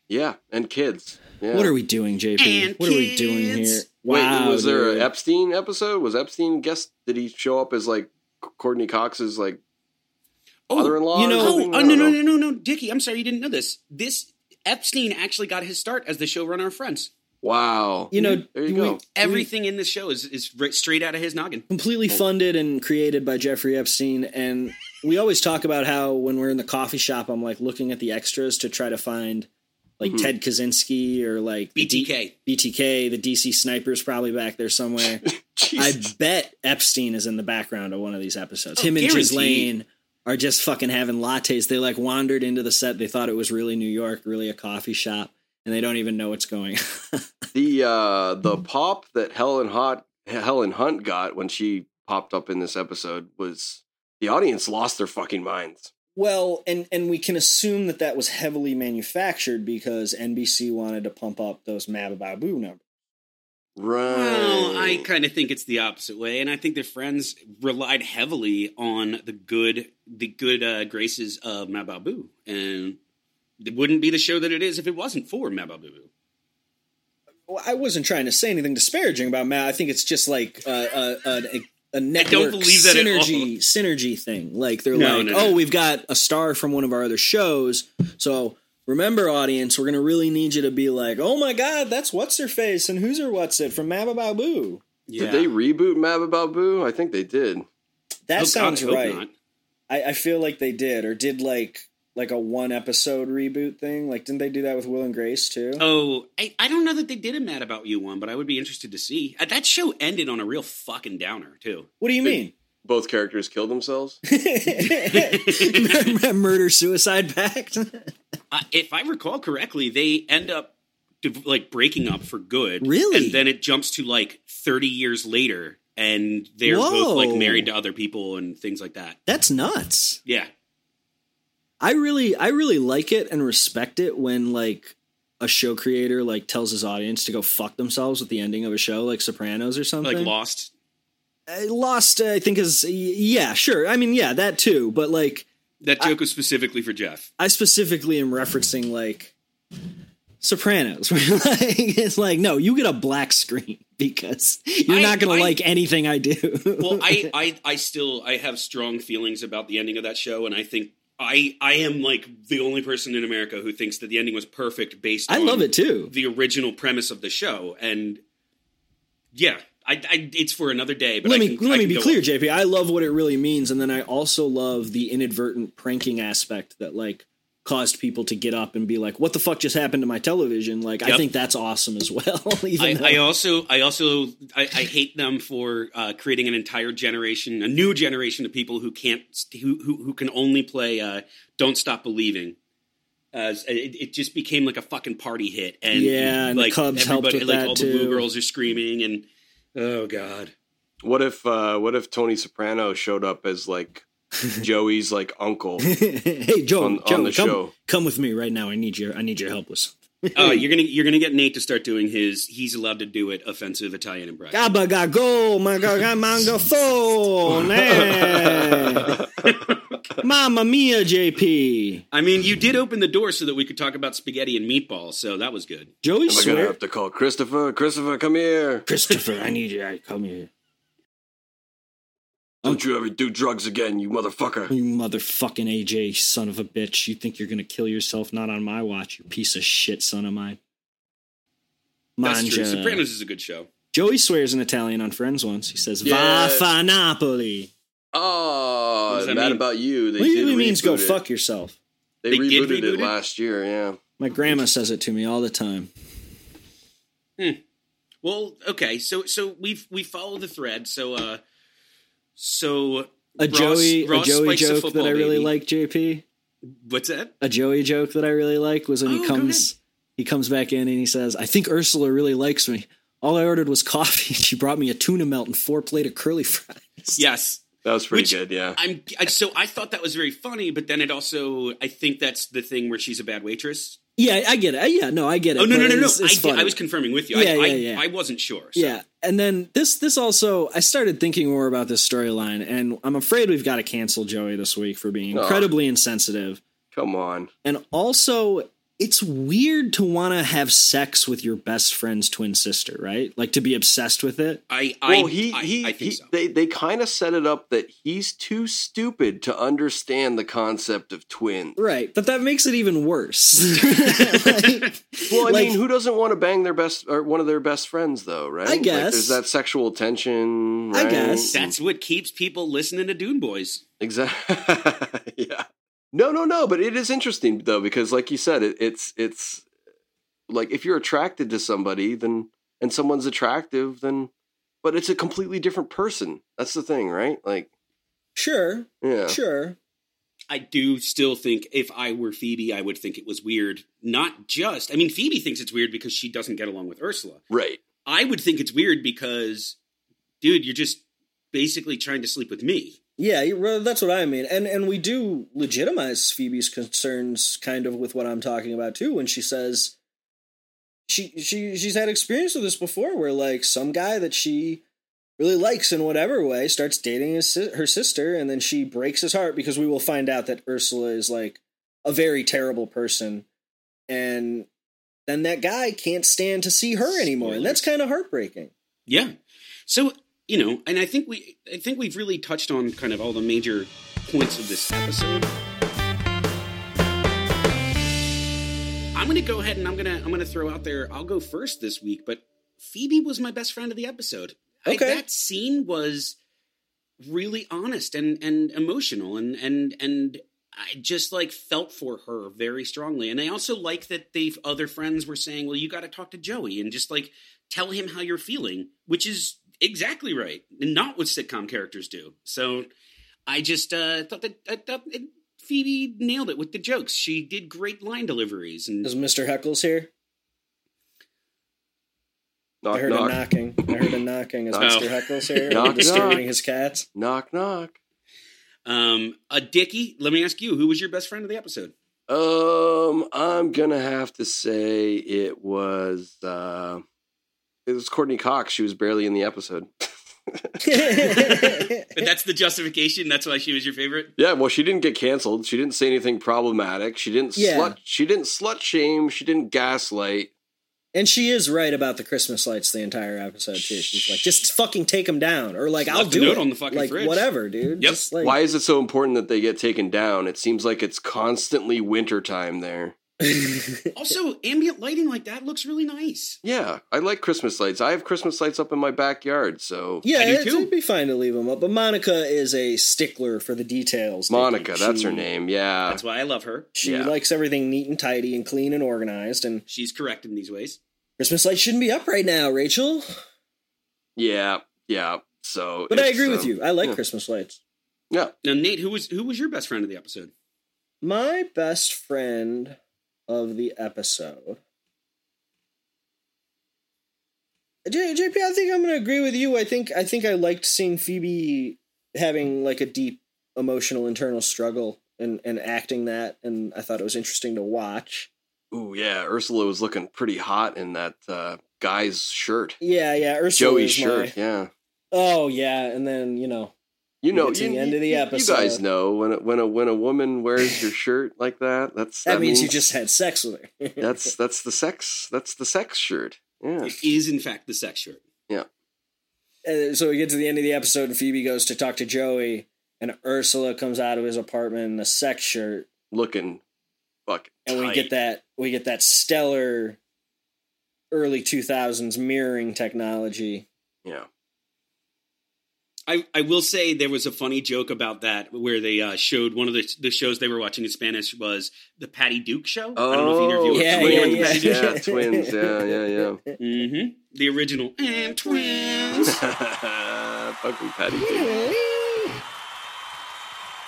Yeah, and kids. Yeah. What are we doing, JP? And what are we doing kids. here? Wait, was there dude. an Epstein episode? Was Epstein guest? Did he show up as like C- Courtney Cox's like Oh, mother-in-law? you or know- something? Oh, I no, don't no, know. no, no, no, Dickie, I'm sorry you didn't know this. This Epstein actually got his start as the showrunner of Friends. Wow. You know, There you we- go. Everything in this show is is right, straight out of his noggin. completely funded and created by Jeffrey Epstein. And we always talk about how when we're in the coffee shop, I'm like looking at the extras to try to find like Mm-hmm. Ted Kaczynski or like the D- BTK. BTK, the DC sniper's probably back there *laughs* somewhere. I Jesus. bet Epstein is in the background of one of these episodes. Oh, Him and guaranteed. Ghislaine are just fucking having lattes. They like wandered into the set. They thought it was really New York, really a coffee shop, and they don't even know what's going on. the uh the pop that Helen Hot Helen Hunt got when she popped up in this episode was the audience lost their fucking minds. Well, and and we can assume that that was heavily manufactured because NBC wanted to pump up those Mabababoo numbers. Right. Well, I kind of think it's the opposite way, and I think that Friends relied heavily on the good, the good uh, graces of Mababu, and it wouldn't be the show that it is if it wasn't for Mababu. Well, I wasn't trying to say anything disparaging about Mab. I think it's just like uh, a, a, a, a network believe that at synergy synergy thing. Like they're No, like, no, no. oh, we've got a star from one of our other shows, so. Remember, audience, we're gonna really need you to be like, "Oh my God, that's what's her face and who's her what's it from Mabababoo." Did they reboot Mabba Boo? I think they did. That Oh, God, sounds I hope right. not. I, I feel like they did, or did like like a one episode reboot thing. Like, didn't they do that with Will and Grace too? Oh, I, I don't know that they did a Mad About You one, but I would be interested to see. Uh, That show ended on a real fucking downer too. what do you *laughs* mean? Both characters killed themselves. Murder suicide pact. *laughs* Uh, if I recall correctly, they end up div- like breaking up for good. Really? And then it jumps to like 30 years later and they're both like Whoa. married to other people and things like that. That's nuts. Yeah. I really, I really like it and respect it when like a show creator like tells his audience to go fuck themselves with the ending of a show like Sopranos or something. Like lost. Uh, Lost, uh, I think is yeah, sure. I mean, yeah, that too. But like, That joke was specifically for Jeff. I specifically am referencing like Sopranos. *laughs* where, like, it's like, no, you get a black screen because you're I- not going I- to like anything I do. Well, I, I, I still I have strong feelings about the ending of that show, and I think I I am like the only person in America who thinks that the ending was perfect *laughs* based I on love it too. the original premise of the show. And yeah, I, I it's for another day, but Let I me can, I let me can be go clear, on. JP. I love what it really means, and then I also love the inadvertent pranking aspect that like caused people to get up and be like, "What the fuck just happened to my television?" Like, I Yep. think that's awesome as well. *laughs* even I, though- I also, I also, I, I hate them for uh, creating an entire generation, a new generation of people who can't, who who, who can only play uh, "Don't Stop Believing." As it, it just became like a fucking party hit, and Yeah, and the like Cubs helped everybody- with like that, all the blue too. girls are screaming, and *laughs* oh god, What if uh what if Tony Soprano showed up as like Joey's like uncle *laughs* hey Joe, on, Joe, on the come, show? come with me right now. I need your I need your help with something. oh you're gonna you're gonna get Nate to start doing his he's allowed to do it offensive Italian impression. Gabagago, *laughs* magagamango Mamma mia, JP. I mean, you did open the door so that we could talk about spaghetti and meatballs, so that was good. Am Joey I gonna swear. have to call Christopher? Christopher, come here! Christopher, I need you. I come here. Don't you ever do drugs again, you motherfucker! You motherfucking AJ, son of a bitch. You think you're gonna kill yourself? Not on my watch, you piece of shit, son of mine. That's true. Manja. Sopranos is a good show. Joey swears in Italian on Friends once. He says, Yeah. Va fa Napoli. What Oh, does that mad mean? about you. They Legally did means go reboot it. fuck yourself. They, They did rebooted it reboot it? last year. Yeah. My grandma says it to me all the time. Well, okay. So so we've we follow the thread. So uh so A Ross- Joey, Ross a Joey spikes the joke football, that I really baby. like, JP. What's that? A Joey joke that I really like was when Oh, he go comes, he comes back in and he says, "I think Ursula really likes me." All I ordered was coffee. She brought me a tuna melt and four plate of curly fries. Yes. That was pretty Which- good. Yeah. I'm I, so I thought that was very funny, but then it also I think that's the thing where she's a bad waitress. Yeah, I get it. Yeah, no, I get it. Oh no but no no no! it's- I, it's did- funny. I was confirming with you. I, Yeah, yeah, I, yeah. I wasn't sure. so. Yeah, and then this this also I started thinking more about this storyline, and I'm afraid we've got to cancel Joey this week for being Aw. incredibly insensitive, Come on. and also it's weird to want to have sex with your best friend's twin sister, right? Like to be obsessed with it. I I Well, he I, he, I think he so. they they kind of set it up that he's too stupid to understand the concept of twins. Right, but that makes it even worse. Like, Well, I like, mean, who doesn't want to bang their best or one of their best friends though, right? I Like, guess. there's that sexual tension. I right? Mm-hmm. guess. That's what keeps people listening to Dune Boys. Exactly. *laughs* yeah. No, no, no. But it is interesting though because, like you said, it, it's it's like if you're attracted to somebody, then and someone's attractive, then but it's a completely different person. That's the thing, right? Like, *laughs* sure, yeah. sure. I do still think if I were Phoebe, I would think it was weird. Not just I mean Phoebe thinks it's weird because she doesn't get along with Ursula. Right. I would think it's weird because, dude, you're just basically trying to sleep with me. Yeah, you- well, that's what I mean, and and we do legitimize Phoebe's concerns kind of with what I'm talking about too when she says she she she's had experience with this before, where like some guy that she really likes in whatever way starts dating his, si- her sister, and then she breaks his heart because we will find out that Ursula is like a very terrible person, and then that guy can't stand to see her anymore, and that's kind of heartbreaking. Yeah. So you know, and I think we, I think we've really touched on kind of all the major points of this episode. I'm gonna go ahead and I'm gonna I'm gonna throw out there. I'll go first this week, but Phoebe was my best friend of the episode. I- Okay. that scene was really honest and and emotional and and and I just like felt for her very strongly. And I also like that the other friends were saying, "Well, you got to talk to Joey and just like tell him how you're feeling," which is exactly right and not what sitcom characters do. So I just uh, thought that I thought that Phoebe nailed it with the jokes. She did great line deliveries and Is Mister Heckles here? I Knock heard knock. a knocking. I *laughs* heard a knocking as Oh. Mr. Heckles here Knock, disturbing knock. his cats. *laughs* Knock knock. um, a Dicky. Let me ask you, who was your best friend of the episode? Um, I'm gonna have to say it was uh it was Courtney Cox. She was barely in the episode. But that's the justification. That's why she was your favorite. Yeah, well, she didn't get canceled. She didn't say anything problematic. She didn't Yeah. slut. She didn't slut shame. She didn't gaslight. and she is right about the Christmas lights the entire episode too. She's like, just fucking take them down, or like She I'll left a do note it on the fucking like fridge. whatever, dude. Yep. Just like, Why is it so important that they get taken down? It seems like it's constantly wintertime there. Also, ambient lighting like that looks really nice. Yeah, I like Christmas lights. I have Christmas lights up in my backyard. So yeah, I do it, too. it'd be fine to leave them up. But Monica is a stickler for the details. dude. Monica, Like, that's she- her name. Yeah, That's why I love her. She Yeah. likes everything neat and tidy and clean and organized. And She's correct in these ways. Christmas lights shouldn't be up right now, Rachel. yeah, yeah. So, But I it's, agree with um, you. I like yeah. Christmas lights. Yeah, Now, Nate, who was who was your best friend of the episode? My best friend of the episode. J- JP, I think I'm going to agree with you. I think I think I liked seeing Phoebe having like a deep emotional internal struggle and and acting that and I thought it was interesting to watch. ooh, yeah. Ursula was looking pretty hot in that uh, guy's shirt, Yeah, yeah, Ursula Joey's is shirt. my- Yeah, Oh yeah, and then, you know, you We know, get to you, the end of the you- episode. You guys know when a, when a when a woman wears your shirt like that, that's that, means, you just had sex with her. That's that's the sex. That's the sex shirt. Yeah. It is in fact the sex shirt. *laughs* And so we get to the end of the episode, and Phoebe goes to talk to Joey, and Ursula comes out of his apartment in a sex shirt, Looking fucking. and we tight. get that we get that stellar *laughs* early two thousands mirroring technology. Yeah. I, I will say there was a funny joke about that where they uh, showed one of the, the shows they were watching in Spanish was the Patty Duke show. I don't know if either of you Oh, are yeah, familiar with the yeah, Patty Duke yeah. show. *laughs* yeah, twins. Yeah, yeah, yeah. Mm-hmm. The original and twins. Fucking Patty Duke.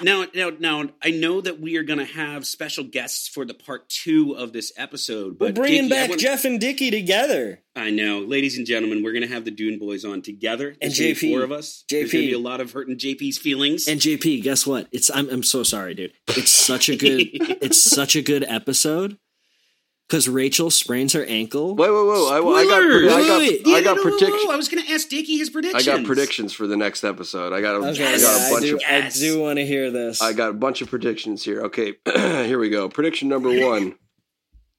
now, now, now, I know that we are going to have special guests for the part two of this episode. But We're bringing Dickie, I back wanna- Jeff and Dickie together. I know, ladies and gentlemen, we're going to have the Dune Boys on together. And There's gonna be JP. four of us. There's JP. going to be a lot of hurting JP's feelings. And JP, guess what? It's I'm I'm so sorry, dude. It's such a *laughs* good it's such a good episode because Rachel sprains her ankle. Wait, wait, wait! I, I got, Spoilers! I got, Wait, wait, Yeah, I got no, no, no, prediction. no, I was going to ask Dickie his I predictions. got predictions for the next episode. I got a, Okay, I Yes. got a yeah, I bunch do, of I do want to hear this. I got a bunch of predictions here. Okay, *clears throat* here we go. Prediction number *clears throat* one.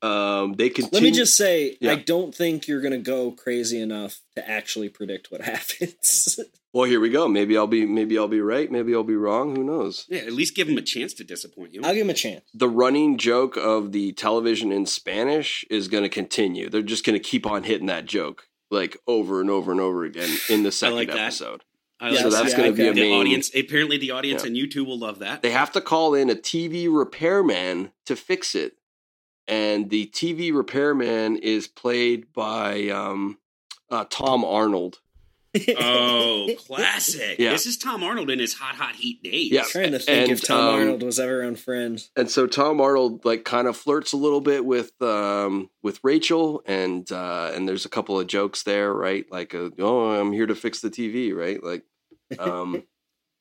Um, they continue. Let me just say, Yeah. I don't think you're going to go crazy enough to actually predict what *laughs* happens. Well, here we go. Maybe I'll be. Maybe I'll be right. Maybe I'll be wrong. Who knows? Yeah, at least give him a chance to disappoint you. I'll give him a chance. The running joke of the television in Spanish is going to continue. They're just going to keep on hitting that joke like over and over and over again in *sighs* the second like that. episode. I Yeah, like so that. that's yeah, going to be okay. a the main. audience. Apparently, the audience Yeah. and you two will love *laughs* that. They have to call in a TV repairman to fix it, and the TV repairman is played by um, uh, Tom Arnold. oh, *laughs* classic! Yeah. This is Tom Arnold in his hot, hot heat days. Yeah. trying to think And, if Tom um, Arnold was ever on Friends. and so Tom Arnold like kind of flirts a little bit with um with Rachel and uh and there's a couple of jokes there, right? Like uh, oh, I'm here to fix the TV, right? Like um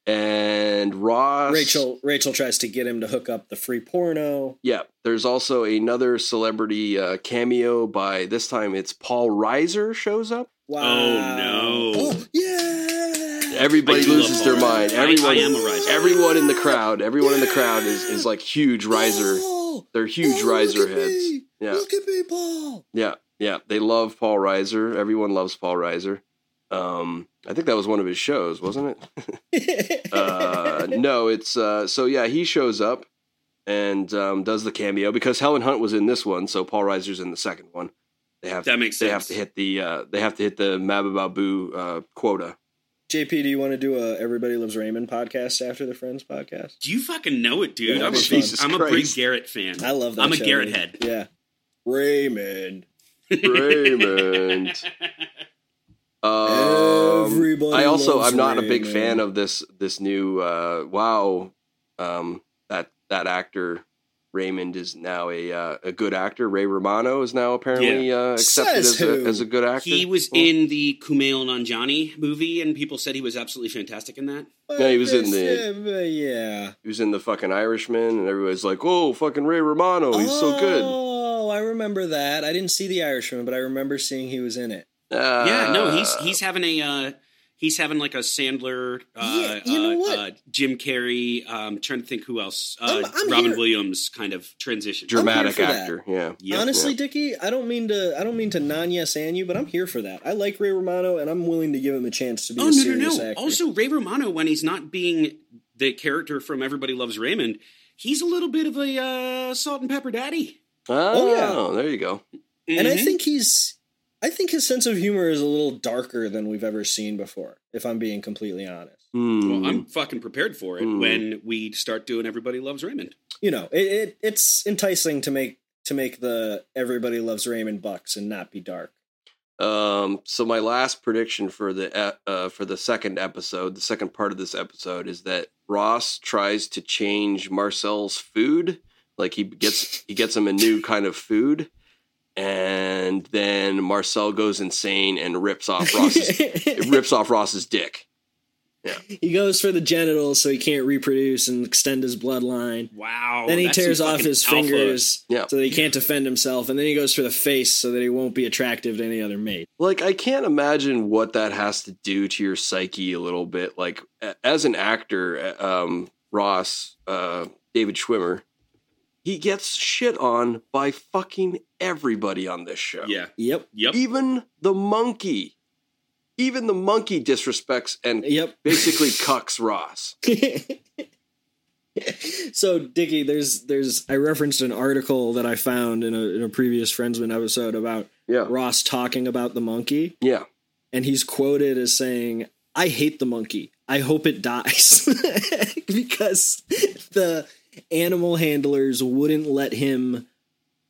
and Ross Rachel Rachel tries to get him to hook up the free Oh, porno. Yeah, there's also another celebrity uh, cameo by this time it's Paul Reiser shows up. Wow. no. Oh, yeah. Everybody I do love loses their Paul mind. Reiser. I- Everyone I am a Reiser. Everyone in the crowd, everyone in the crowd is is like huge riser. Oh, They're huge oh, look riser at heads. me. Yeah. Look at me, Paul. Yeah, yeah, they love Paul Reiser. Everyone loves Paul Reiser. Um, I think that was one of his shows, wasn't it? *laughs* Uh, no, it's uh, so yeah, he shows up and um, does the cameo because Helen Hunt was in this one, so Paul Reiser's in the second one. They have that makes they have sense. to hit the uh, they have to hit the Mabababu uh, *laughs* quota. JP, do you want to do a Everybody Loves Raymond podcast after the Friends podcast? Do you fucking know it, dude? Yeah, I'm a, Oh, Jesus I'm a Brig Christ. Garrett fan. I love that. I'm a show, Garrett dude. head. Yeah. Raymond. Raymond. Um, Everybody I also loves I'm not a big Raymond. fan of this this new uh, wow um, that that actor Raymond is now a uh, a good actor. Ray Romano is now apparently uh, accepted as Says a, who? as a good actor. *laughs* He was Well, in the Kumail Nanjiani movie, and people said he was absolutely fantastic in that. Yeah, he was in the. Yeah. he was in the fucking Irishman, and everybody's like, "Whoa, fucking Ray Romano, he's so good." Oh, I remember that. I didn't see The Irishman, but I remember seeing he was in it. Uh, yeah, no, he's he's having a uh, he's having like a Sandler, uh, Yeah, you know uh, what? uh, Jim Carrey. Um, trying to think who else? Uh, I'm- I'm Robin here- Williams kind of transition. dramatic I'm here for that. actor. Yeah, Yep. Honestly, Dickie, I don't mean to. I don't mean to non yes and you, but I'm here for that. I like Ray Romano, and I'm willing to give him a chance to be Oh a no no serious no! actor. Also, Ray Romano, when he's not being the character from Everybody Loves Raymond, he's a little bit of a uh, salt and pepper daddy. oh, there you go. and I Mhm. think he's. I think his sense of humor is a little darker than we've ever seen before. If I'm being completely honest, Hmm. well, I'm fucking prepared for it Mm. when we start doing Everybody Loves Raymond. you know, it, it it's enticing to make to make the everybody loves Raymond bucks and not be *laughs* dark. Um, so my last prediction for the uh, uh, for the second episode, the second part of this episode, is that Ross tries to change Marcel's food. Like he gets he gets him a new kind of food, and then Marcel goes insane and rips off Ross's *laughs* it rips off Ross's dick. He goes for the genitals so he can't reproduce and extend his bloodline. Wow! then he Oh, that's some tears off fucking his alpha. fingers Yeah. so that he can't defend himself, and then he goes for the face so that he won't be attractive to any other mate. Like I can't imagine what that has to do to your psyche a little bit. Like a- as an actor, uh, um, Ross, uh, David Schwimmer, he gets shit on by fucking everybody on this show. Yeah. Yep. Yep. even the monkey, even the monkey disrespects and Yep. basically cucks Ross. *laughs* so Dickie, there's there's I referenced an article that I found in a, in a previous Friendsman episode about Yeah, Ross talking about the monkey, yeah. and he's quoted as saying, I hate the monkey. I hope it dies *laughs* because the animal handlers wouldn't let him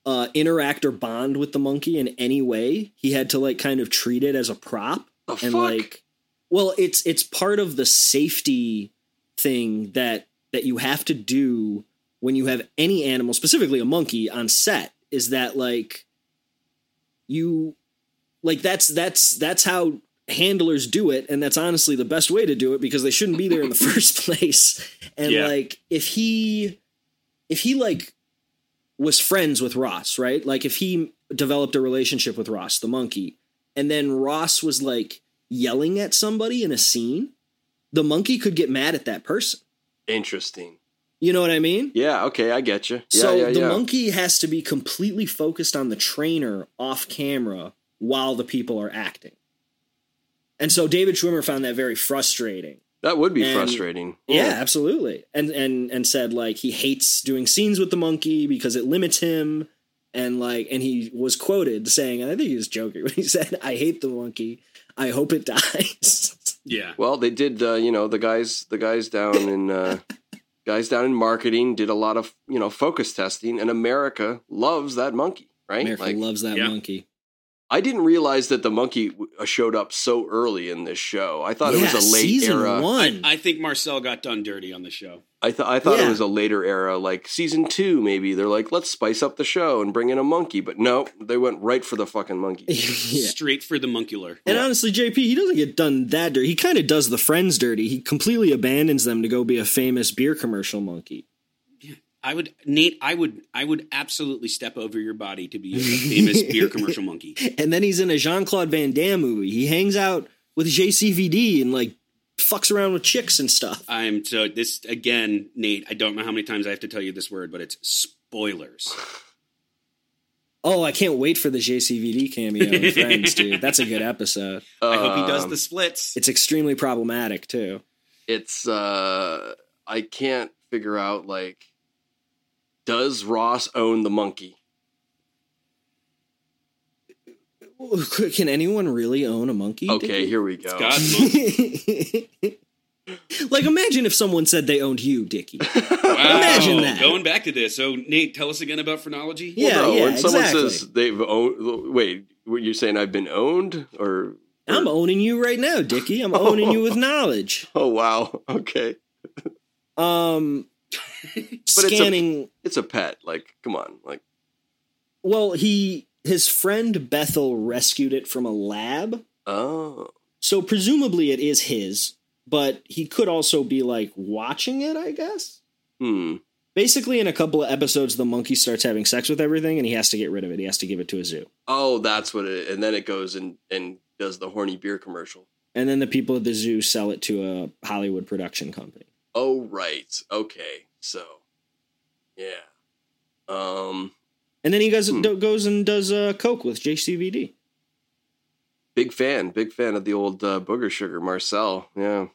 uh, interact or bond with the monkey in any way. He had to like kind of treat it as a prop The and fuck? like well it's it's part of the safety thing that that you have to do when you have any animal specifically a monkey on set is that like you like that's that's that's how handlers do it and that's honestly the best way to do it because they shouldn't be there in the *laughs* first place and Yeah. like if he if he like was friends with Ross right like if he developed a relationship with Ross the monkey and then Ross was like yelling at somebody in a scene the monkey could get mad at that person Interesting. you know what i mean Yeah. Okay, I get you. Yeah, so yeah, the yeah. monkey has to be completely focused on the trainer off camera while the people are acting. And so David Schwimmer found that very frustrating. that would be and- frustrating. Yeah, absolutely. And and and said like he hates doing scenes with the monkey because it limits him and like and he was quoted saying and I think he was joking *laughs* when he said I hate the monkey. I hope it *laughs* dies. Yeah. Well, they did. Uh, you know, the guys, the guys down in uh, guys down in marketing did a lot of you know focus testing, and America loves that monkey, right? America like, loves that yeah. monkey. I didn't realize that the monkey w- uh, showed up so early in this show. I thought it Yeah, was a late season era. One. I think Marcel got done dirty on the show. I thought I thought it Yeah. was a later era, like season two, maybe. They're like, let's spice up the show and bring in a monkey, but no, they went right for the fucking monkey. *laughs* *laughs* yeah. Straight for the monkular. And Yeah. honestly, JP, he doesn't get done that dirty. He kind of does the friends dirty. He completely abandons them to go be a famous beer commercial monkey. I would Nate, I would I would absolutely step over your body *laughs* to be a famous beer commercial monkey. And then he's in a Jean Claude Van Damme movie. He hangs out with JCVD and like fucks around with chicks and stuff. I'm so this again, Nate, I don't know how many times I have to tell you this word, but it's spoilers. Oh, I can't wait for the JCVD cameo in Friends, dude. That's a good episode. I hope he does Um, the splits. It's extremely problematic too. It's uh I can't figure out like does Ross own the monkey? Can anyone really own a monkey? Okay, here we go. *laughs* God's monkey. Dickie? *laughs* like imagine if someone said they owned you, Dickie. Wow. Imagine that. Going back to this. So, Nate, tell us again about phrenology. *laughs* Yeah, no, yeah, when someone exactly. says they've owned wait, what you're saying I've been owned or I'm owning you right now, *laughs* Dickie. I'm owning you with knowledge. oh wow, *laughs* okay. *laughs* Um, a- scanning. It's a pet, like come on, like well, he his friend Bethel rescued it from a lab, oh so presumably it is his. But he could also be like watching it, I guess. hmm. Basically, in a couple of episodes, the monkey starts having sex with everything, and he has to get rid of it. He has to give it to a zoo, Oh, that's what it and then it goes and and does the horny beer commercial. and then the people at the zoo sell it to a Hollywood production company. Oh right. Okay. So yeah. Um And then he goes Hmm. do- goes and does uh, coke with JCVD. big fan, big fan of the old uh, booger sugar Marcel. Yeah.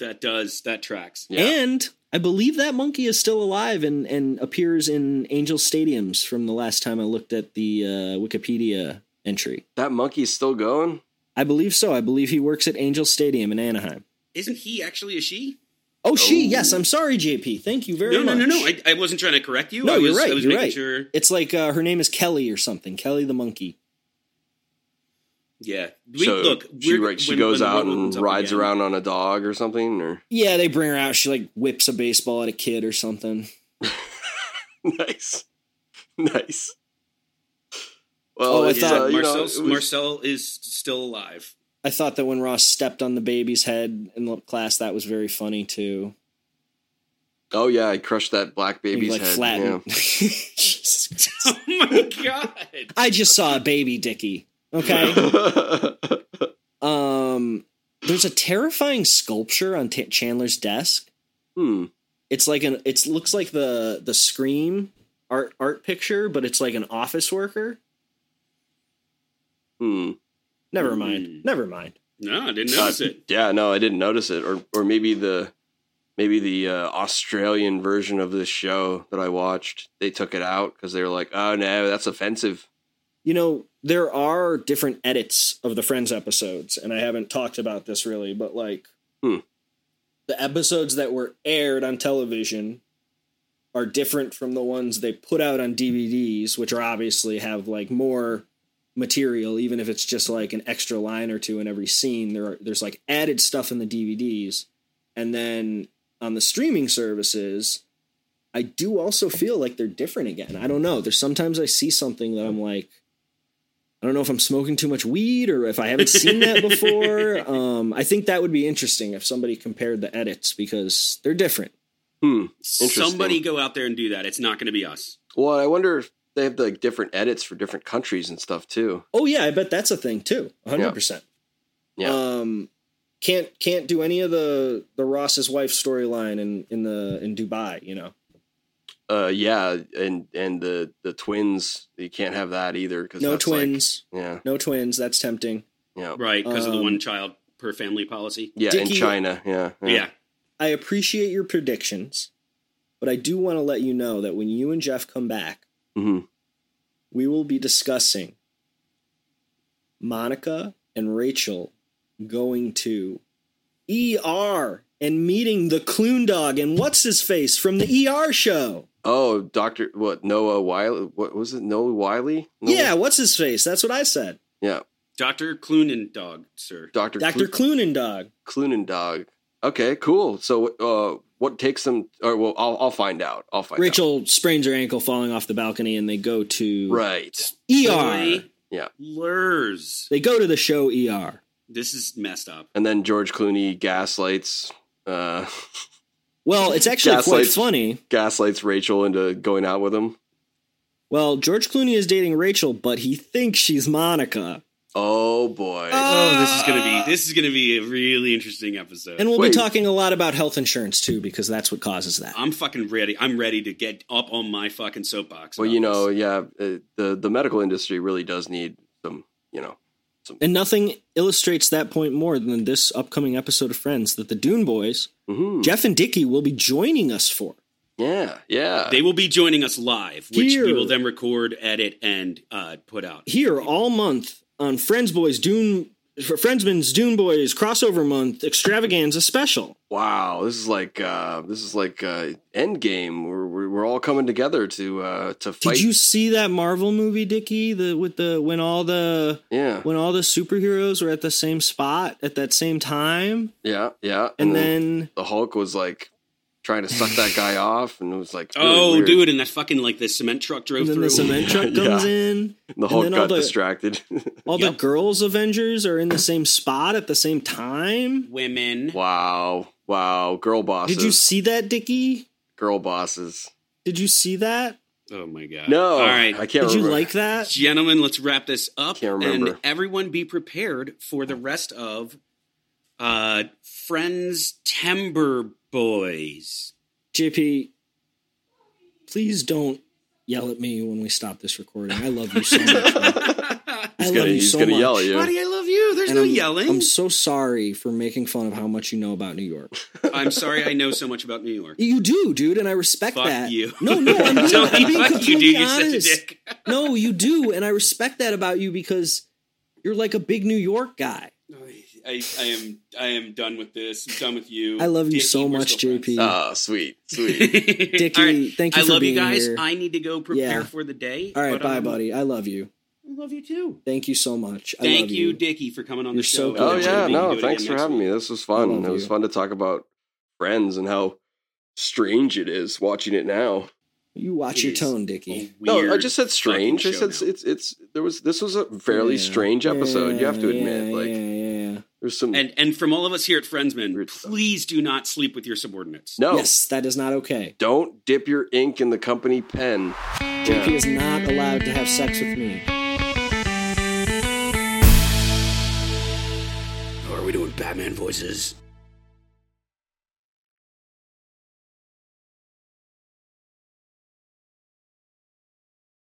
That does, that tracks. Yeah. And I believe that monkey is still alive and, and appears in Angel Stadiums from the last time I looked at the uh, Wikipedia entry. that monkey's still going? I believe so. I believe he works at Angel Stadium in Anaheim. Isn't he actually a she? Oh, she. Oh. Yes, I'm sorry, JP. Thank you very no, much. no, no, no. I, I wasn't trying to correct you. No, I was, you're right, I was you're making right. sure. It's like uh, her name is Kelly or something. Kelly the monkey. Yeah. We, so look, she, we're- right, she when- goes when the out world and opens up rides again. around on a dog or something, or *laughs* Yeah, they bring her out. She like whips a baseball at a kid or something. nice, nice. Well, Oh, I it's, thought uh, you know, Marcel, it was- Marcel is still alive. *laughs* I thought that when Ross stepped on the baby's head in the class, that was very funny too. oh yeah, I crushed that black He, baby's like head. flattened. Yeah. *laughs* Jesus Christ. Oh my god. I just saw a baby, Dickie. *laughs* Okay. Um, there's a terrifying sculpture on Ta Chandler's desk. hmm. It's like an it looks like the the scream art art picture, but it's like an office worker. Hmm. Never Hmm. mind. Never mind. No, I didn't notice Uh, it. Yeah, no, I didn't notice it, or or maybe the maybe the uh, Australian version of this show that I watched, they took it out because they were like, oh no, that's offensive. you know, there are different edits of the Friends episodes, and I haven't talked about this really, but like Hmm. the episodes that were aired on television are different from the ones they put out on DVDs, which are obviously have like more material, even if it's just like an extra line or two in every scene. There, are, there's like added stuff in the DVDs, and then on the streaming services, I do also feel like they're different again. I don't know. There's sometimes I see something that I'm like, I don't know if I'm smoking too much weed or if I haven't seen that before. Um, I think that would be interesting if somebody compared the edits because they're different. Hmm. Interesting. Somebody go out there and do that. It's not going to be us. Well, I wonder if they have like different edits for different countries and stuff too. Oh yeah, I bet that's a thing too. 100%. Yeah. Um can't can't do any of the the Ross's wife storyline in in the in Dubai, you know. Uh, yeah, and and the the twins you can't have that either because No twins. yeah, no twins, that's tempting. yeah, Right. Because of the Um, one child per family policy. yeah. in Dickie- China, yeah, Yeah. I appreciate your predictions, but I do want to let you know that when you and Jeff come back, Mhm. we will be discussing Monica and Rachel going to ER and meeting the Clune dog and what's his face from the ER show. Oh, Doctor, what Noah Wiley? What was it? Noah Wiley? Noah- Yeah, what's his face? That's what I said. yeah. Dr. Clunan dog, sir. Doctor Dr. Clune dog. Clunendog. Okay, cool. So, uh, what takes them? Or well, I'll I'll find out. I'll find out. Rachel sprains her ankle falling off the balcony and they go to Right. ER. Yeah. Lurs. They go to the show ER. This is messed up. And then George Clooney gaslights uh, *laughs* Well, it's actually quite Gaslights. funny. gaslights Rachel into going out with him. Well, George Clooney is dating Rachel, but he thinks she's Monica. Oh boy. Oh, this is gonna be this is gonna be a really interesting episode. And we'll Wait. be talking a lot about health insurance too, because that's what causes that. I'm fucking ready. I'm ready to get up on my fucking soapbox. well, about you this. know, yeah, uh, the the medical industry really does need some, you know, And nothing illustrates that point more than this upcoming episode of Friends that the Dune Boys, mhm. Jeff and Dickie, will be joining us for. yeah, yeah. they will be joining us live, which we Here. will then record, edit, and uh, put out. Here all month on Friends Boys Dune Friendsman's Dune Boys crossover month extravaganza special. wow, this is like uh, this is like uh, Endgame. We're, we're we're all coming together to uh, to Did fight. you see that Marvel movie, Dickie? The with the when all the yeah, when all the superheroes were at the same spot at that same time? yeah, yeah. and then the Hulk was like trying to suck that guy off, and it was like, really Oh, weird. dude, and that fucking like the cement truck drove and then through. the cement truck *laughs* Yeah. comes in. And the Hulk then all got the- distracted. *laughs* All Yep. the girls Avengers are in the same spot at the same time. Women. wow, wow, girl bosses, Did you see that, Dickie? girl bosses. Did you see that? Oh my god. No, All right. I can't. Did you remember. like that? Gentlemen, let's wrap this up. Can't remember. And everyone be prepared for the rest of uh Friends Timber Boys. JP, please don't yell at me when we stop this recording. I love you so *laughs* much. man. I He's love gonna, you he's so gonna much. yell at you. Buddy, I love you. There's And no I'm, yelling. I'm so sorry for making fun of how much you know about New York. *laughs* I'm sorry I know so much about New *laughs* York. You do, dude, and I respect Fuck that. you. No, no, *laughs* I'm, being- Don't I'm being fuck you, completely dude. You're such a honest. dick. no, you do, and I respect that about you because you're like a big New York guy. I, I am I am done with this. I'm done with you. I love you Dickie, so we're much, still JP. Ah, sweet, *laughs* sweet. friends. Dickie, *laughs* All right. thank you Uh, I for love being you guys. here. I need to go prepare Yeah. for the day. All right, but, bye, um, buddy. I love you. I love you too. Thank you so much. I Thank love you, Dickie, for coming on You're the show. so oh good. yeah, We can do it no, again thanks for next having week. me. This was I fun. love It was you. fun to talk about friends and how strange it is watching it now. You watch It your is tone, Oh, Dickie. No, I weird just said strange. I fucking show said it's, it's it's there was this was a fairly Yeah. strange episode. you have to Yeah, admit, yeah, like yeah, yeah. there's some And and from all of us here at Friendsman, Weird stuff. please do not sleep with your subordinates. no. Yes, that is not okay. Don't dip your ink in the company pen. Yeah. JP is not allowed to have sex with me. Are we doing Batman voices?